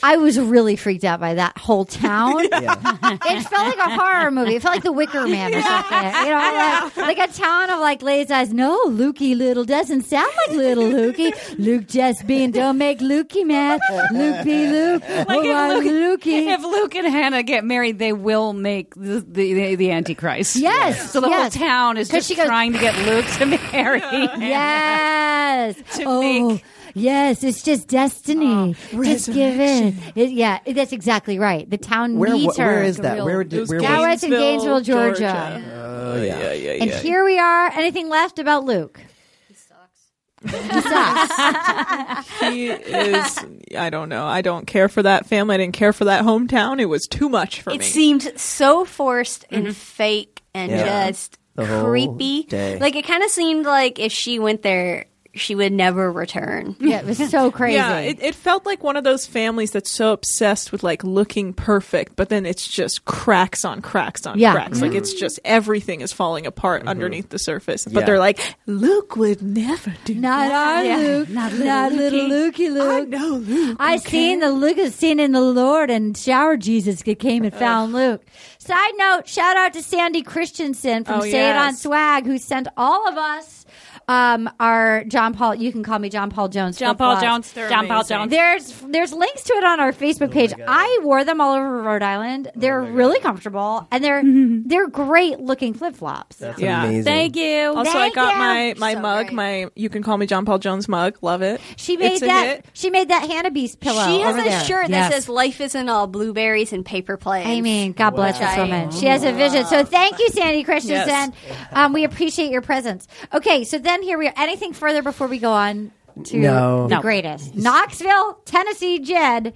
I was really freaked out by that whole town.
[laughs] Yeah.
[laughs] It felt like a horror movie. It felt like The Wicker Man or something. You know, like, like a town of like lady's eyes. No, Lukey little doesn't sound like little Lukey. Luke just being don't make Lukey mad. Luke be Luke. oh, I'm Lukey.
If Luke and Hannah get married, they will make the the, the, the Antichrist.
Yes,
So the
yes.
whole town is
'Cause
just
she goes-
trying to get Luke to
[laughs]
[laughs] marry. Hannah.
Yes.
To
oh,
make-
yes. It's just destiny. just give in. It, yeah, that's exactly right. The town
Where
needs her.
where is that? Where
It was
did where
Gary-
was?
Now it's in Gainesville, Georgia.
Oh yeah.
Yeah, yeah, yeah.
and here we are. Anything left about Luke? He sucks.
he is. I don't know. I don't care for that family. I didn't care for that hometown. It was too much for
It
me.
seemed so forced
Mm-hmm.
and fake and
Yeah.
just
The whole
creepy.
day.
Like it kind of seemed like if she went there, she would never return.
yeah, it was so crazy.
yeah, it, it felt like one of those families that's so obsessed with like looking perfect, but then it's just cracks on cracks on
Yeah. Mm-hmm.
cracks. Like it's just everything is falling apart underneath the surface. But
Mm-hmm. Yeah.
they're like, Luke would never do
not our Luke, not little, Lukey Luke.
that. No, Luke.
I seen the Luke is seen in the Lord and shower Jesus that came and found Luke. Side note, shout out to Sandy Christensen from
Oh,
Say It
yes.
On Swag who sent all of us um, our John Paul. You can call me John Paul Jones.
John Paul
flip-flops.
Jones. John Paul
amazing.
Jones.
There's there's links to it on our Facebook page. I wore them all over Rhode Island. They're really comfortable and they're they're great looking flip flops.
That's
Yeah.
amazing.
Thank you.
Also, I
Thank
got
you.
my my
So
mug.
great.
My you can call me John Paul Jones mug. Love it.
She made
It's a
that
hit.
she made that Hannah Beast pillow.
She has
over
a
there.
shirt
Yes.
that says "Life isn't all blueberries and paper planes."
I mean, God bless this
Wow.
woman. She has a vision. So thank you, Sandy Christensen. Um, we appreciate your presence. Okay, so then here we are. Anything further before we go on to
No.
the
No.
greatest Knoxville, Tennessee, Jed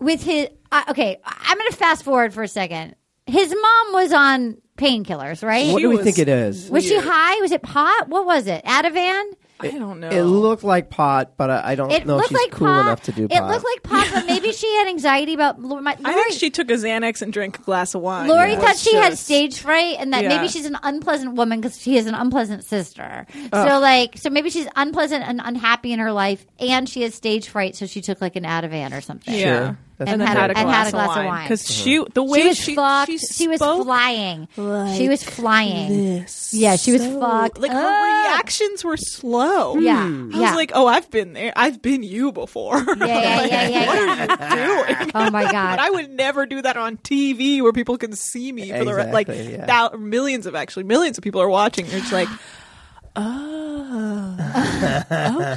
with his. Uh, okay, I- I'm going to fast forward for a second. His mom was on painkillers, right?
What
She
do we
was-
think it is?
was she high? Was it pot? What was it? Ativan?
I don't know.
It looked like pot, but I, I don't
It
know if
looked
she's
like
cool
pop.
enough to do
It
pot.
looked like pop, but maybe she had anxiety about Lori. My,
I
Lori-
think she took a Xanax and drank a glass of wine.
Lori
It
thought
was
she had
just-
stage fright, and that
Yeah.
maybe she's an unpleasant woman because she is an unpleasant sister. So like, so maybe she's unpleasant and unhappy in her life, and she has stage fright, so she took like an Ativan or something.
Yeah.
That's
And
Uh-huh. true.
had a- and had a glass of wine.
because she the
She
way she
was fucked.
she,
She, was
spoke
flying. she was flying.
This.
Yeah, she was fucked
Like
up.
her reactions were slow.
Oh. Yeah,
Hmm.
I
yeah.
was like, oh, I've been there. I've been you before.
Yeah,
[laughs]
yeah, yeah, yeah.
what
yeah.
are you doing?
Oh my
[laughs] But
[laughs]
I
god.
would never do that on TV where people can see me for the re- like
Exactly, yeah.
thou- millions of actually millions of people are watching. You're
[gasps]
just like,
[laughs]
oh,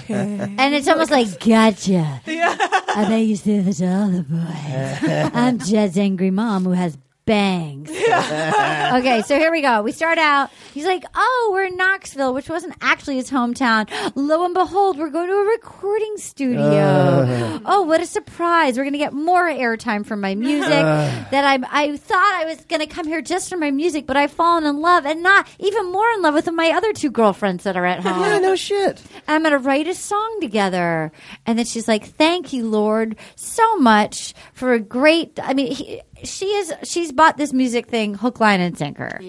okay.
And it's almost like gotcha. Yeah. I bet you see this all the boys. I'm Jed's angry mom who has bangs. okay, so here we go. We start out. He's like, "Oh, we're in Knoxville, which wasn't actually his hometown. Lo and behold, we're going to a recording studio. oh, what a surprise! We're going to get more airtime from my music. that I I thought I was going to come here just for my music, but I've fallen in love, and not even more in love with my other two girlfriends that are at home.
yeah, no shit.
I'm going to write a song together. And then she's like, Thank you, Lord, so much for a great. I mean, he, she is, she's bought this music thing hook, line, and sinker.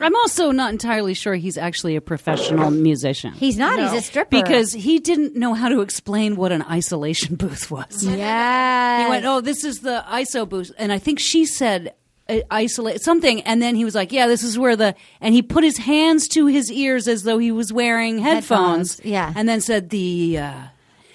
I'm also not entirely sure he's actually a professional musician.
He's not, he's a stripper.
[laughs] because he didn't know how to explain what an isolation booth was.
yeah.
He went, "Oh, this is the ISO booth," and I think she said uh, isolate something and then he was like yeah this is where the and he put his hands to his ears as though he was wering headphones,
Headphones, yeah.
and then said the uh,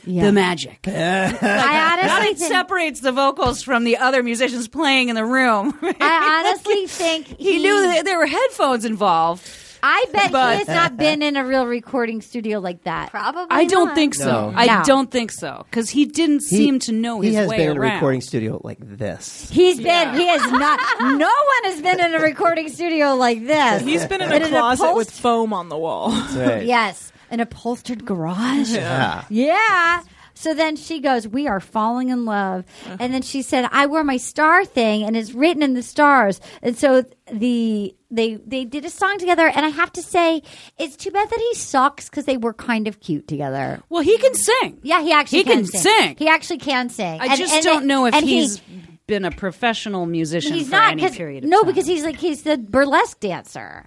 Yeah.
the magic [laughs]
I
That
honestly
it
think,
separates the vocals from the other musicians playing in the room. [laughs]
I honestly think
he knew that there were headphones involved.
I bet
but-
he has not been in a real recording studio like that.
Probably.
I don't
not.
think so.
No.
I
No.
don't think so because he didn't seem to know his
he has
way
been in
around.
a recording studio like this.
He's been, he has
[laughs]
not, no one has been in a recording studio like this.
He's been in
Been
a
in a
closet
post-
with foam on the wall.
Right.
Yes, an upholstered garage.
Yeah.
Yeah. So then she goes, We are falling in love. And then she said, I wore my star thing and it's written in the stars. And so the they they did a song together and I have to say it's too bad that he sucks because they were kind of cute together.
Well, he can sing.
Yeah, he actually
He
can,
can sing.
He actually can sing.
I
And-
just
and-
don't know if
and he-
he's been a professional musician
he's
for
not
any
'cause-
period of
no
time.
because he's like he's the burlesque dancer.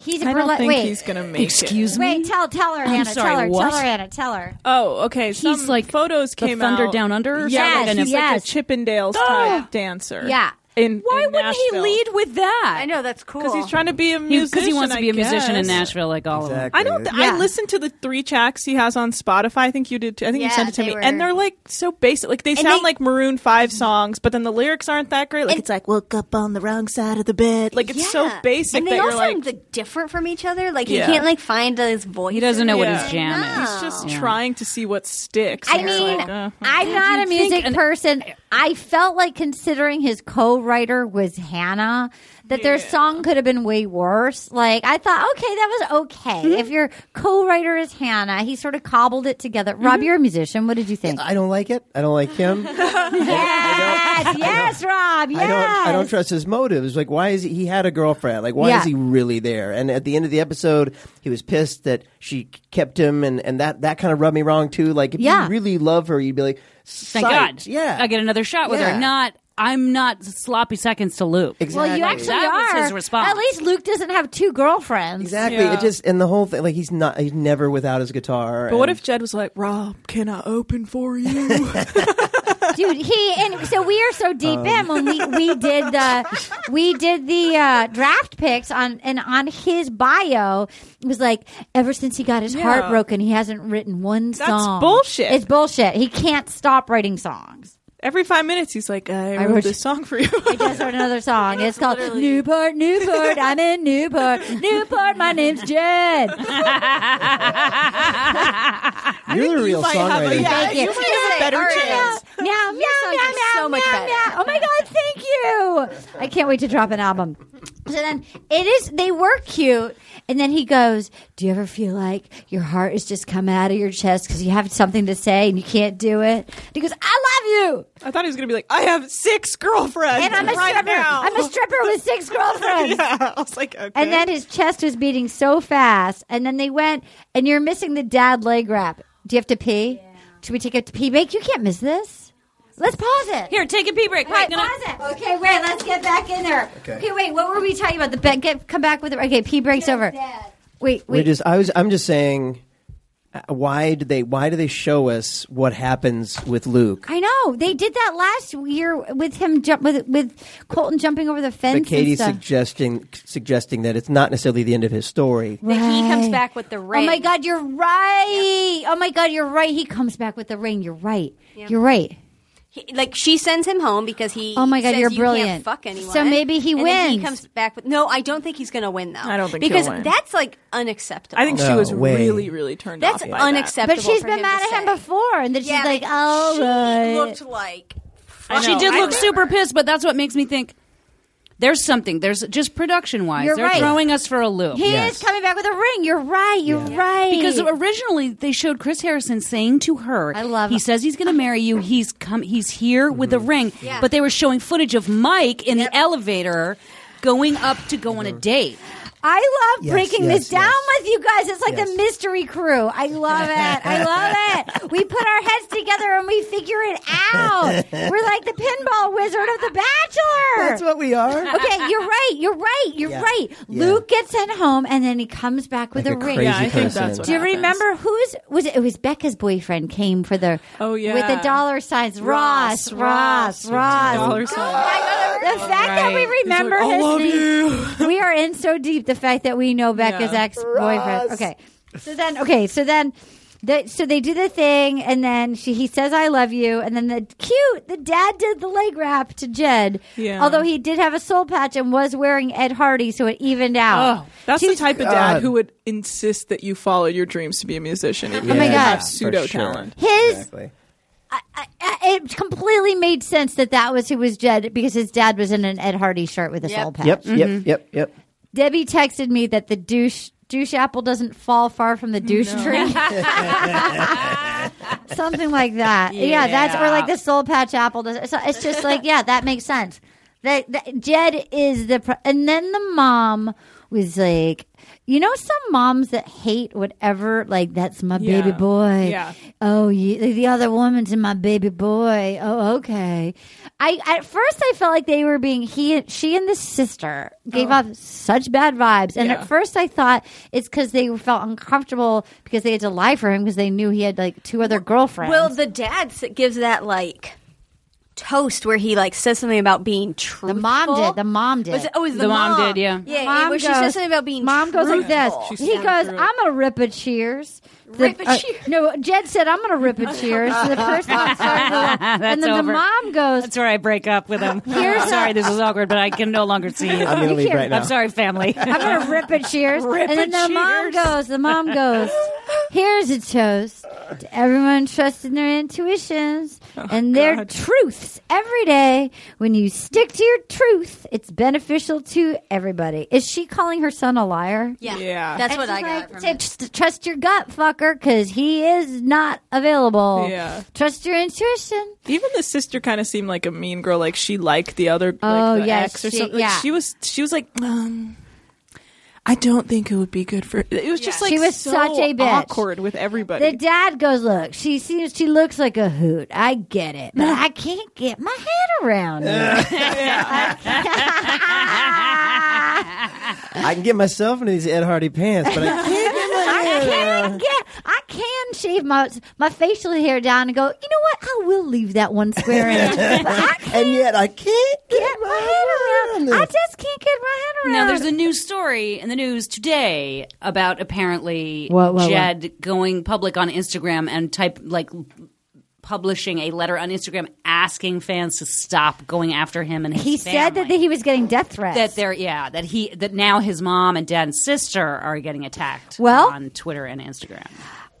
He's a
I don't
burlesque.
think
Wait,
he's gonna make it.
Excuse me.
wait, tell tell her, Hannah.
sorry,
tell her,
what?
tell her, Hannah. Tell her.
Oh, okay. Some
He's like
photos
the
came
Thunder
out.
Down Under or
Yeah,
something?
he's like
Yes.
a Chippendales type dancer.
Yeah.
In
Why
in
wouldn't he
Nashville.
lead with that?
I know that's cool.
Because he's trying to be a musician.
because he wants to
I
be a musician in
guess.
Nashville, like all of them.
Exactly.
I don't. Th-
Yeah.
I listened to the three tracks he has on Spotify. I think you did. Too. I think you
Yeah,
sent it to
they
me,
were-
and they're like so basic. Like they sound
they-
like Maroon Five songs, but then the lyrics aren't that great. Like
And-
it's like woke up on the wrong side of the bed. Like it's so
Yeah.
basic
And they
that
all
you're like
sound like, different from each other. Like
Yeah.
he can't like find his voice.
He doesn't know what
Yeah.
his jam is.
he's just trying to see what sticks.
I
And it's
mean,
like, uh,
I'm not a
you think
music
an-
person. I felt like considering his co-writer was Hannah, that their song could have been way worse. Like I thought, okay, that was okay. If your co-writer is Hannah, he sort of cobbled it together. Rob, you're a musician. What did you think?
I don't like it. I don't like him.
[laughs]
yes, yes, Rob. Yes.
I don't. I don't trust his motives. Like, why is he? He had a girlfriend. Like, why
Yeah.
is he really there? And at the end of the episode, he was pissed that she kept him, and and that that kind of rubbed me wrong too. Like, if
Yeah.
you really love her, you'd be like,
Thank
"Psyched."
God.
yeah,
I get another shot with her.
Yeah.
Not. I'm not sloppy seconds to Luke.
Exactly.
Well, you actually
That was
are.
his response.
At least Luke doesn't have two girlfriends.
Exactly.
Yeah.
It just and the whole thing. Like, he's not. He's never without his guitar.
but what
and-
if Jed was like, Rob, can I open
[laughs]
for you?
dude he and so we are so deep in when we we did the we did the uh, draft picks on and on his bio it was like ever since he got his heart broken he hasn't written one
That's
song
bullshit.
it's bullshit he can't stop writing songs
Every five minutes, he's like, I wrote,
wrote-
this song for you. [laughs]
I just wrote another song. It's called Newport, Newport. I'm in Newport, Newport. My name's Jed.
you're the real
might have
songwriter?
a- yeah.
Thank you.
You might have a better
Alright.
chance.
Meow, meow, meow,
song
meow,
is
meow,
so much
meow,
better.
meow. Oh my god, thank you! I can't wait to drop an album. So then it is. They were cute, and then he goes, "Do you ever feel like your heart is just coming out of your chest because you have something to say and you can't do it?" And he goes, "I love you.
I thought he was going to be like, I have six girlfriends.
And I'm a
right
stripper.
now.
I'm a stripper with six girlfriends.
yeah, [laughs] I was like, okay.
And then his chest was beating so fast. And then they went, and you're missing the dad leg wrap. Do you have to pee? Should we take a pee break? You can't miss this. Let's pause it.
Here, take a pee break.
All right,
Wait, no, no.
pause it. Okay, wait. Let's get back in there. Okay, wait. What were we talking about? The bed. Get come back with it. Okay, pee breaks over. Wait,
We're
wait.
just. I was. I'm just saying. uh, Why do they? Why do they show us what happens with Luke?
I know they did that last year with him jump with with Colton jumping over the fence.
But Katie
and stuff. Oh
suggesting suggesting that it's not necessarily the end of his story.
That he comes back with the ring.
Oh my God, you're right. Oh my God, you're right. He comes back with the ring. You're right. You're right.
He- like she sends him home because he.
Oh my God,
says
you're
you
brilliant.
Can't fuck anyone.
So maybe he
And then
wins.
he comes back with no. I don't think he's going to win though. I
don't think
because
he'll win.
that's like unacceptable.
I think she
No
was
way.
really, really turned
that's
off. by that.
unacceptable.
But she's
for
been
him
mad
to
at him
say.
before, and then she's
Yeah,
like, "Oh,
but
"All
she
right."
looked like.
I
She
know.
did
I
look
remember.
super pissed, but that's what makes me think there's something. There's just production wise,
You're
they're
right.
throwing us for a loop.
He
Yes.
is coming back with a ring. You're right. You're right.
because originally they showed Chris Harrison saying to her,
I love-
He says
[laughs]
he's going to marry you. He's come. He's here with the ring."
Yeah.
But they were showing footage of Mike in the elevator going up to go on a [laughs] date.
I love
Yes,
breaking
yes,
this down
yes.
with you guys. It's like the
Yes.
mystery crew. I love it. I love it. We put our heads together and we figure it out. We're like the pinball wizard of The Bachelor.
That's what we are.
okay, you're right. You're right. You're
Yeah.
right.
Yeah.
Luke gets sent home and then he comes back with
Like
a,
a
ring.
crazy
Yeah, I think
person.
that's what
Do you
happens.
remember who's was it? It was Becca's boyfriend came for the
Oh, yeah.
with the dollar signs Ross Ross Ross.
Dollar
Oh,
sign.
my God. The fact that we
He's like,
remember
"I
his
love
name-
you.
[laughs] we are in so deep the fact that we know Becca's
Yeah.
ex boyfriend. Okay. So then okay, so then the, so they do the thing and then she he says I love you and then the cute the dad did the leg wrap to Jed.
Yeah.
Although he did have a soul patch and was wearing Ed Hardy so it evened out.
Oh, That's the type of dad
God.
who would insist that you follow your dreams to be a musician. Even
Oh my
if you
God.
have
for
pseudo
sure.
talent.
His
Exactly.
I, I, it completely made sense that that was who was Jed because his dad was in an Ed Hardy shirt with a soul patch. Mm-hmm.
Yep. Yep. Yep. Yep.
Debbie texted me that the douche douche apple doesn't fall far from the douche
[laughs]
tree. Something like that. Yeah. that's or like the soul patch apple does. So it's just like yeah, that makes sense. That, that Jed is the pro- and then the mom was like, you know, some moms that hate whatever like that's my baby
Yeah.
boy.
Yeah.
Oh, you, the other woman's in my baby boy. Oh, okay. I at first I felt like they were being he, she, and the sister
Oh.
gave off such bad vibes, and
Yeah.
at first I thought it's because they felt uncomfortable because they had to lie for him because they knew he had like two other girlfriends.
Well, the dad s- gives that like toast where he like says something about being
the
truthful.
mom did. The mom did.
Was it- oh, it was the,
The mom did, yeah.
Yeah,
Mom
where she says something about being
Mom goes like this.
truthful.
She's
he
going
goes,
through it.
"I'm gonna rip a cheers." The-
Rip a
uh,
cheers.
no, Jed said, "I'm gonna rip a
[laughs]
cheers." to the person, and then the
over.
mom goes,
That's where I break up with him.
[laughs] Here's
I'm sorry, this is awkward, but I can no longer see
[laughs]
you.
I'm
You
gonna leave
can't-
right now.
I'm sorry, family.
I'm gonna rip at Cheers.
Rip
and then
at
the mom
Cheers.
goes, the mom goes, here's a toast to everyone trusting their intuitions and their
God.
truths every day. When you stick to your truth, it's beneficial to everybody. Is she calling her son a liar?
Yeah,
Yeah.
that's
It's
what I got.
like,
From
t-
it.
just trust your gut, fucker, because he is not available.
Yeah.
Trust your intuition.
Even the sister kind of seemed like a mean girl. Like she liked the other, like
Oh,
the
yeah,
ex or
she-
something. Like,
yeah.
She was, she was like, um, I don't think it would be good for. It was just like
She was
so
such a bitch.
awkward with everybody.
The dad goes, look, she seems she looks like a hoot. I get it, but I can't get my head around it.
I can get myself into these Ed Hardy pants, but I can't
[laughs]
get my
I
head around-
can get, I can shave my my facial hair down and go. You know what? I will leave that one square in. But I can't
And yet I can't get,
get my head around. I just can't get my head around.
Now there's a news story in the news today about apparently
What, what, what?
Jed going public on Instagram and type like publishing a letter on Instagram asking fans to stop going after him and his
he said that
family.
he was getting death threats.
that they're yeah that he that now his mom and dad and sister are getting attacked
Well-
on Twitter and Instagram.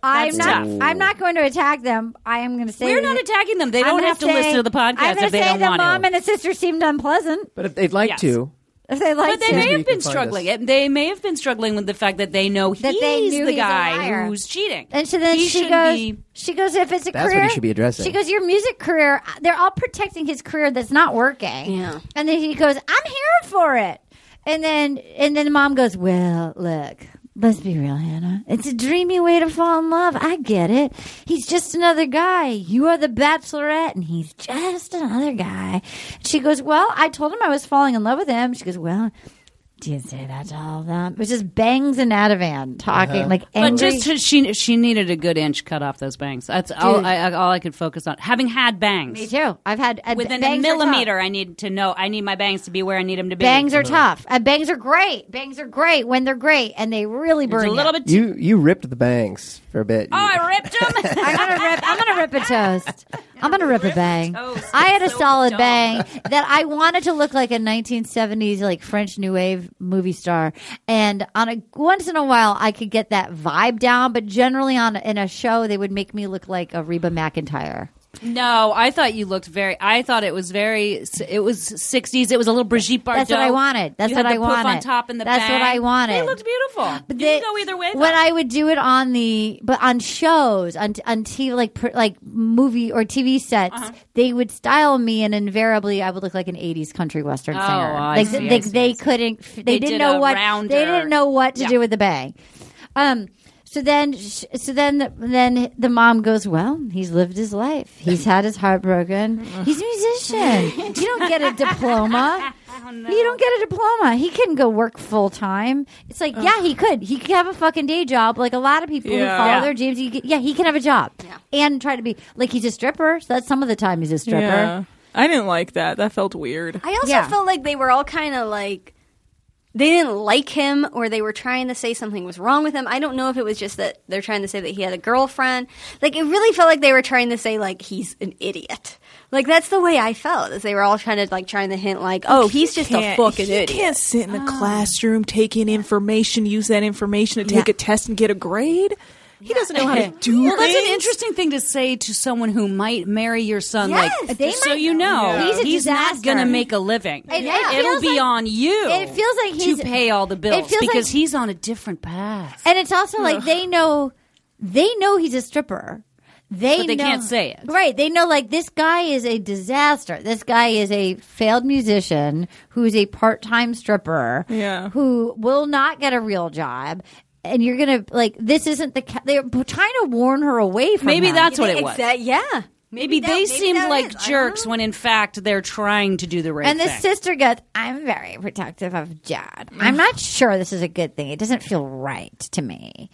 I'm
that's
not.
tough.
I'm not going to attack them. I am going to say
We're
that-
not attacking them. They
I'm
don't
gonna
have to
say-
listen to the podcast
I'm gonna
if they
say
don't
the
want
mom
to.
and the sister seemed unpleasant. [laughs]
But if they'd like
Yes.
to,
If they liked
But they
him.
may
where
have
you
been
can find
struggling. And They may have been struggling with the fact that they know
That
he's
they knew
the
he's a liar.
guy who's cheating.
And so then she
He shouldn't
goes.
be-
She goes. If it's a
That's what
career,
he should be addressing.
She goes. Your music career. They're all protecting his career that's not working.
Yeah.
And then he goes. I'm here for it. And then and then mom goes. Well, look. Let's be real, Hannah. It's a dreamy way to fall in love. I get it. He's just another guy. You are the bachelorette, and he's just another guy. She goes, Well, I told him I was falling in love with him. She goes, Well, didn't say that to all of them. It was just bangs and Ativan talking
Uh-huh.
like angry.
But just to, she she needed a good inch cut off those bangs. That's all
Dude.
I, I- all I could focus on. Having had bangs
Me too. I've had uh,
within a
bangs are tough.
millimeter, I need to know. I need my bangs to be where I need them to be.
Bangs are tough. Uh, bangs are great. Bangs are great when they're great and they really
It's
burn.
a little
you.
bit. Too,
You you ripped the bangs for a bit.
oh, I
[laughs]
ripped them.
I'm gonna rip. I'm gonna rip a toast. I'm gonna rip a bang.
toast.
I had a
So
solid
dumb.
bang that I wanted to look like a 1970s like French New Wave movie star, and on a once in a while I could get that vibe down, but generally on in a show they would make me look like a Reba McIntyre.
[laughs] no, I thought you looked very. I thought it was very. It was sixties. It was a little Brigitte Bardot.
That's what I wanted. That's
You had
what
the
I
poof on
wanted.
top and the
That's what
bang.
I wanted.
They looked beautiful. But
they-
you can go either way.
When
though.
I would do it on the but on shows on on TV like pr- like movie or TV sets,
Uh-huh.
they would style me and invariably I would look like an '80s country western
Oh,
singer.
I
like
see, I
they,
see,
they
I see.
couldn't. f- They,
They
didn't
did
know
a
what
rounder-
they didn't know what to
Yeah.
do with the bang. Um. So then, sh- so then, the, then the mom goes. Well, he's lived his life. He's had his heart broken. He's a musician. You don't get a
[laughs]
diploma. You don't get a diploma. He couldn't go work full time. It's like, yeah, he could. He could have a fucking day job, like a lot of people who
Yeah.
follow
Yeah.
their dreams. He could, yeah, he can have a job and try to be like he's a stripper. So that's some of the time he's a stripper.
Yeah. I didn't like that. That felt weird.
I also
Yeah.
felt like they were all kind of like they didn't like him or they were trying to say something was wrong with him. I don't know if it was just that they're trying to say that he had a girlfriend. Like it really felt like they were trying to say like he's an idiot. Like that's the way I felt. Is they were all trying to like trying to hint like, "Oh, he's just a fucking
he
idiot."
can't sit in a
Oh.
classroom, take in information, use that information to take
Yeah.
a test and get a grade. He doesn't know
[laughs]
how to do
Well, that's an
things.
interesting thing to say to someone who might marry your son.
Yes,
like,
they
so
might-
you know,
Yeah. He's a disaster.
not going to make a living.
It- it feels
will be
like-
on you.
it feels like he's-
to pay all the
it
bills
feels like-
because he's on a different path.
And it's also like they
[laughs]
know they know he's a stripper. They
But they
know-
can't say it.
Right. They know like this guy is a disaster. This guy is a failed musician who's a part-time stripper
Yeah.
who will not get a real job. And you're going to like this isn't the ca- they're trying to warn her away from
Maybe
him.
that's what it was.
Exa- yeah.
Maybe,
that-
they
maybe
seemed
that
like
is. I don't
jerks
know.
when in fact they're trying to do the right
And the
thing.
sister goes, I'm very protective of Jad. I'm
Mm.
not sure this is a good thing. It doesn't feel right to me.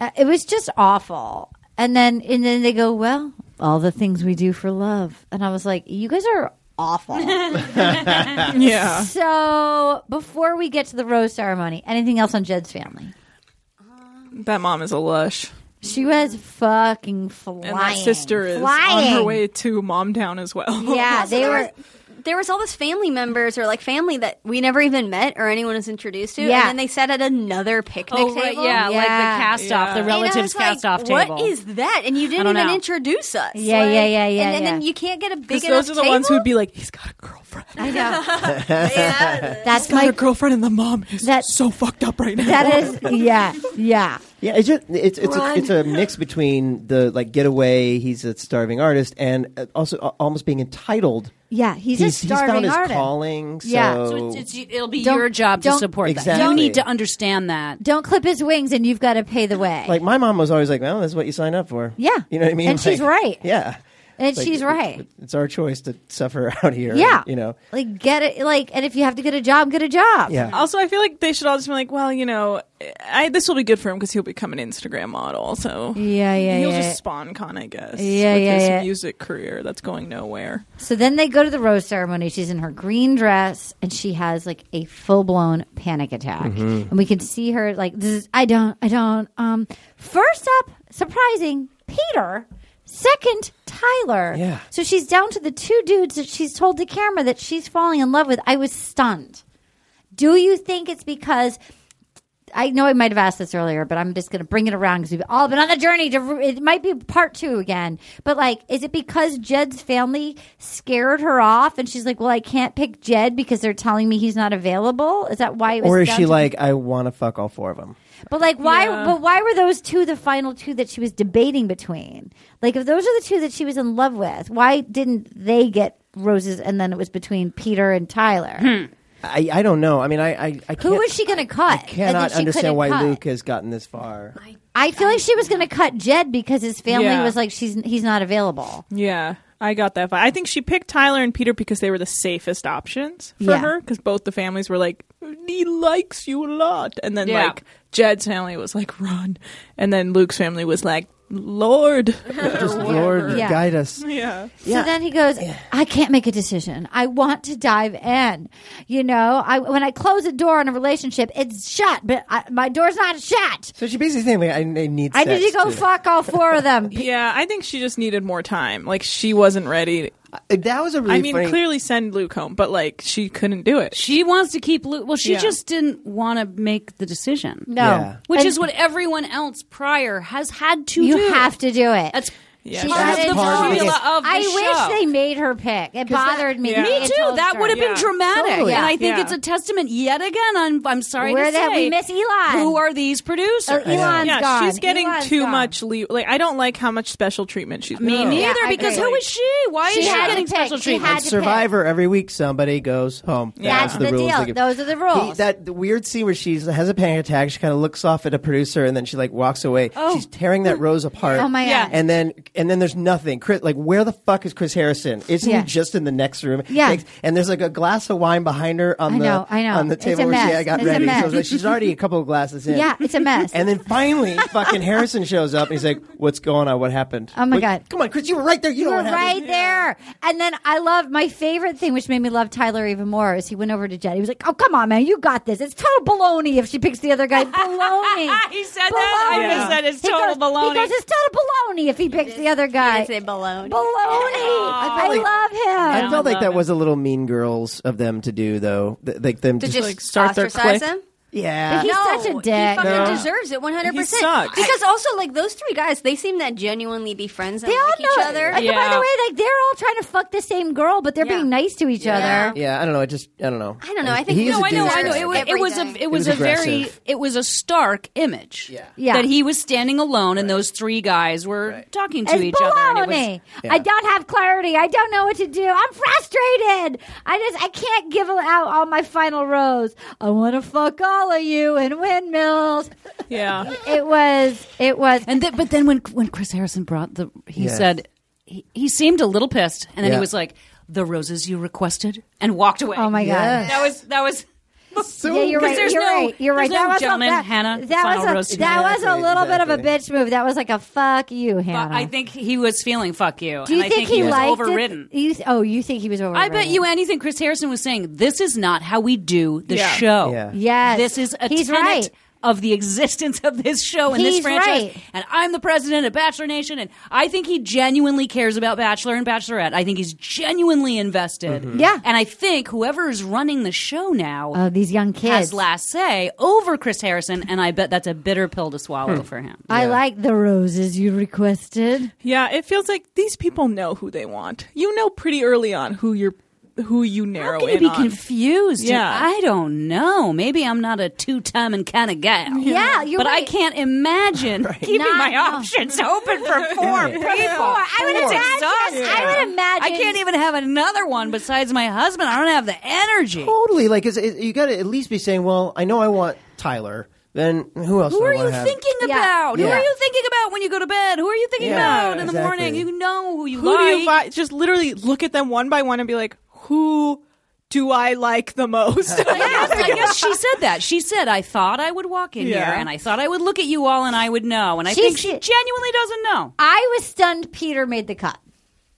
Uh, it was just awful. And then and then they go, well, all the things we do for love. And I was like, you guys are
[laughs]
awful.
Yeah.
so before we get to the rose ceremony, anything else on Jed's family?
That mom is a lush.
She was fucking flying.
And that sister is
flying.
on her way to mom town as well.
Yeah, they
there
were.
was- there was all this family members or like family that we never even met or anyone was introduced to.
Yeah.
And then they sat at another picnic
Oh, right,
table.
yeah, like the
Yeah.
cast off, the
And I
And I
relatives
was like,
cast off table.
What is that? And you didn't
don't
even
know.
introduce us.
Yeah,
Like,
yeah, yeah, yeah,
And, and then
yeah.
you can't get a big
Because
enough
those are the ones who'd be like, he's got a girlfriend.
I
[laughs]
know.
yeah.
That's
He's got
my.
a girlfriend, and the mom is
That-
so fucked up right now.
That is. Yeah. Yeah.
Yeah, it's just it's it's a, it's a mix between the like getaway. He's a starving artist, and uh, also uh, almost being entitled.
Yeah, he's a starving
he's found his
artist.
calling. So
Yeah.
So it's, it's, it'll be
Don't-
your job to
don't-
support that. You
Exactly.
need to understand that.
Don't clip his wings, and you've got to pay the way.
like my mom was always like, "Well, that's what you sign up for."
Yeah.
you know what I mean.
And she's
Like,
right.
Yeah,
and
It's like,
she's
it-
right.
it- It's our choice to suffer [laughs] out here.
yeah,
you know.
like get it. Like, and if you have to get a job, get a job.
Yeah.
Also, I feel like they should all just be like, well, you know, I, this will be good for him because he'll become an Instagram model. So
Yeah, yeah,
he'll
yeah.
just spawn con, I guess.
Yeah,
with
yeah,
his
yeah.
music career that's going nowhere.
So then they go to the rose ceremony. She's in her green dress, and she has like a full blown panic attack,
Mm-hmm.
and we can see her like this. Is, I don't, I don't. Um, first up, surprising Peter. Second, Tyler.
Yeah.
So she's down to the two dudes that she's told the camera that she's falling in love with. I was stunned. Do you think it's because I know I might have asked this earlier, but I'm just going to bring it around because we've all been on the journey. To it might be part two again, but like, is it because Jed's family scared her off, and she's like, "Well, I can't pick Jed because they're telling me he's not available." Is that why? It was
Or is
down
she
to-
like, I want to fuck all four of them?
But like, why? But why were those two the final two that she was debating between? Like, if those are the two that she was in love with, why didn't they get roses? And then it was between Peter and Tyler.
I, I don't know. I mean, I I, I can't,
Who was she going to cut? and that
cannot
she couldn't
understand why
cut?
Luke has gotten this far.
I feel like she was going to cut Jed because his family
Yeah.
was like, she's he's not available.
Yeah, I got that vibe. I think she picked Tyler and Peter because they were the safest options for
Yeah.
her because both the families were like, he likes you a lot. And then,
Yeah.
like, Jed's family was like, run. And then Luke's family was like, [laughs] Lord.
Just Lord
Yeah.
guide us.
yeah.
So then he goes, I can't make a decision. I want to dive in. You know, I when I close a door on a relationship, it's shut, but I, my door's not shut.
So she basically saying like, I, I need.
I need
sex
to go
too.
fuck all four of them.
Yeah, I think she just needed more time. Like, she wasn't ready.
Uh, That was a really.
I mean,
funny-
clearly send Luke home, but, like, she couldn't do it.
She wants to keep Luke. Well, she
Yeah.
just didn't want to make the decision.
No.
Yeah.
Which
And
is what everyone else prior has had to
you
do.
have to do it.
That's
Yeah.
She
part
said
of the
it's
Part of
formula
it.
of the
I
show.
wish they made her pick. It bothered me.
Yeah.
Me
It
too.
told
That
her.
would have been
Yeah.
dramatic,
Totally.
and I
Yeah.
think
Yeah.
it's a testament yet again. I'm I'm sorry
Where
to
the-
say
we miss Elon.
Who are these
Oh,
producers?
Elon's
yeah,
gone.
she's getting
Elon's
too
gone.
much leave. Like, I don't like how much special treatment she's
Me
getting.
neither,
Yeah, I
because
agree.
who is she? Why
She
is she
had to
getting
pick.
special
She
treatment?
had to
Survivor every week somebody goes home.
Yeah. That's
That's the,
the
rules.
deal.
they give.
Those are the rules.
He- that the weird scene where she's has a panic attack. She kind of looks off at a producer and then she like walks away. She's tearing that rose apart.
Oh my
Yeah.
god.
And then and then there's nothing. Chris, like where the fuck is Chris Harrison? Isn't
Yeah.
he just in the next room?
Yeah.
Like, and there's like a glass of wine behind her on
I
the
know, I know.
on the
It's a
table where she
mess.
I got
It's a
ready. So
mess.
it's like, she's already a couple of glasses in.
Yeah, it's a mess.
And then finally, fucking Harrison shows up and he's like, "What's going on? What happened?
Oh my
Wait,
God.
Come on, Chris, you were right there. You,
You
know
were
what happened.
right there. And then I love my favorite thing, which made me love Tyler even more, is he went over to Jed. He was like, "Oh come on, man, you got this. It's total baloney if she picks the other
[laughs]
guy. Baloney."
He said that? I just said it's
He
total
goes-
baloney.
He goes, "It's total baloney if he picks the other guy."
I say baloney.
baloney.
[laughs]
I,
like-
love him.
I felt like that was a little mean girls of them to do though. Th- like them
to
just,
just
like,
start their
ostracize
clique.
him.
yeah.
He's such a
He
dick.
fucking
No.
deserves it 100%.
He sucks.
Because also, like, those three guys, they seem to genuinely be friends and
They all
like
know
each other.
Like, By the
Yeah.
way, like they're all trying to fuck the same girl, but they're
Yeah.
being nice to each
Yeah.
other.
yeah, I don't know. I just I don't know.
I don't know. I think-
he is
No,
a
I know,
douche
I know.
bag.
It was, it was a, it was
was
a very,
aggressive.
it was a stark image. Yeah.
Yeah.
That he was standing alone, and those three guys were talking to
It's
each
baloney.
other. And it was,
I don't have clarity. I don't know what to do. I'm frustrated. I just I can't give out all my final rows. I want to fuck all of you in windmills.
Yeah.
It was. It was.
and th- but then when when Chris Harrison brought the, he
Yes.
said he, he seemed a little pissed, and then
Yeah.
he was like, "The roses you requested," and walked away.
Oh my god.
That was that was.
Yeah, you're
'Cause
right.
there's
You're
no-
right. You're right.
there's no
was
John
a,
and
that,
Hannah
That
final
was a,
roast.
that was a
Exactly,
little bit of a bitch
exactly.
move. That was like a fuck you, Hannah.
I think he was feeling "fuck you."
Do you
and I
think,
think
he,
was
liked
overridden.
it? You th- oh, you think he was overridden?
I bet you anything Chris Harrison was saying, this is not how we do the
Yeah.
show.
Yeah.
Yes.
This is a
He's
tenet
right.
of the existence of this show and
He's
this franchise.
right.
And I'm the president of Bachelor Nation, and I think he genuinely cares about Bachelor and Bachelorette. I think he's genuinely invested.
Mm-hmm.
Yeah.
[laughs] And I think whoever is running the show now
Oh, these young
has
kids.
last say over Chris Harrison, and I bet that's a bitter pill to swallow
Hmm.
for him.
I like the roses you requested.
Yeah, it feels like these people know who they want. You know pretty early on who you're who you narrow
How can you
in
be
on.
confused?
Yeah.
I don't know. Maybe I'm not a two timing kind of gal.
Yeah, you're
But I
right.
[laughs]
can't imagine keeping
Not-
my
no.
options open
[laughs]
for four people.
I would
It's
imagine.
exhausting.
I would imagine.
I can't even have another one besides my husband. I don't have the energy.
totally like is, is, you got to at least be saying, well, I know I want Tyler. Then who else?
Who
do I
are
wanna
you
have?
thinking
Yeah.
about? Who
Yeah.
are you thinking about when you go to bed? Who are you thinking
Yeah,
about in the
exactly.
morning? You know who you
who
like.
do you vi- just literally look at them one by one and be like, who do I like the most?
Yes, I guess she said that. She said, "I thought I would walk in
Yeah.
here, and I thought I would look at you all, and I would know." And I
She
think she
said-
genuinely doesn't know.
I was stunned. Peter made the cut.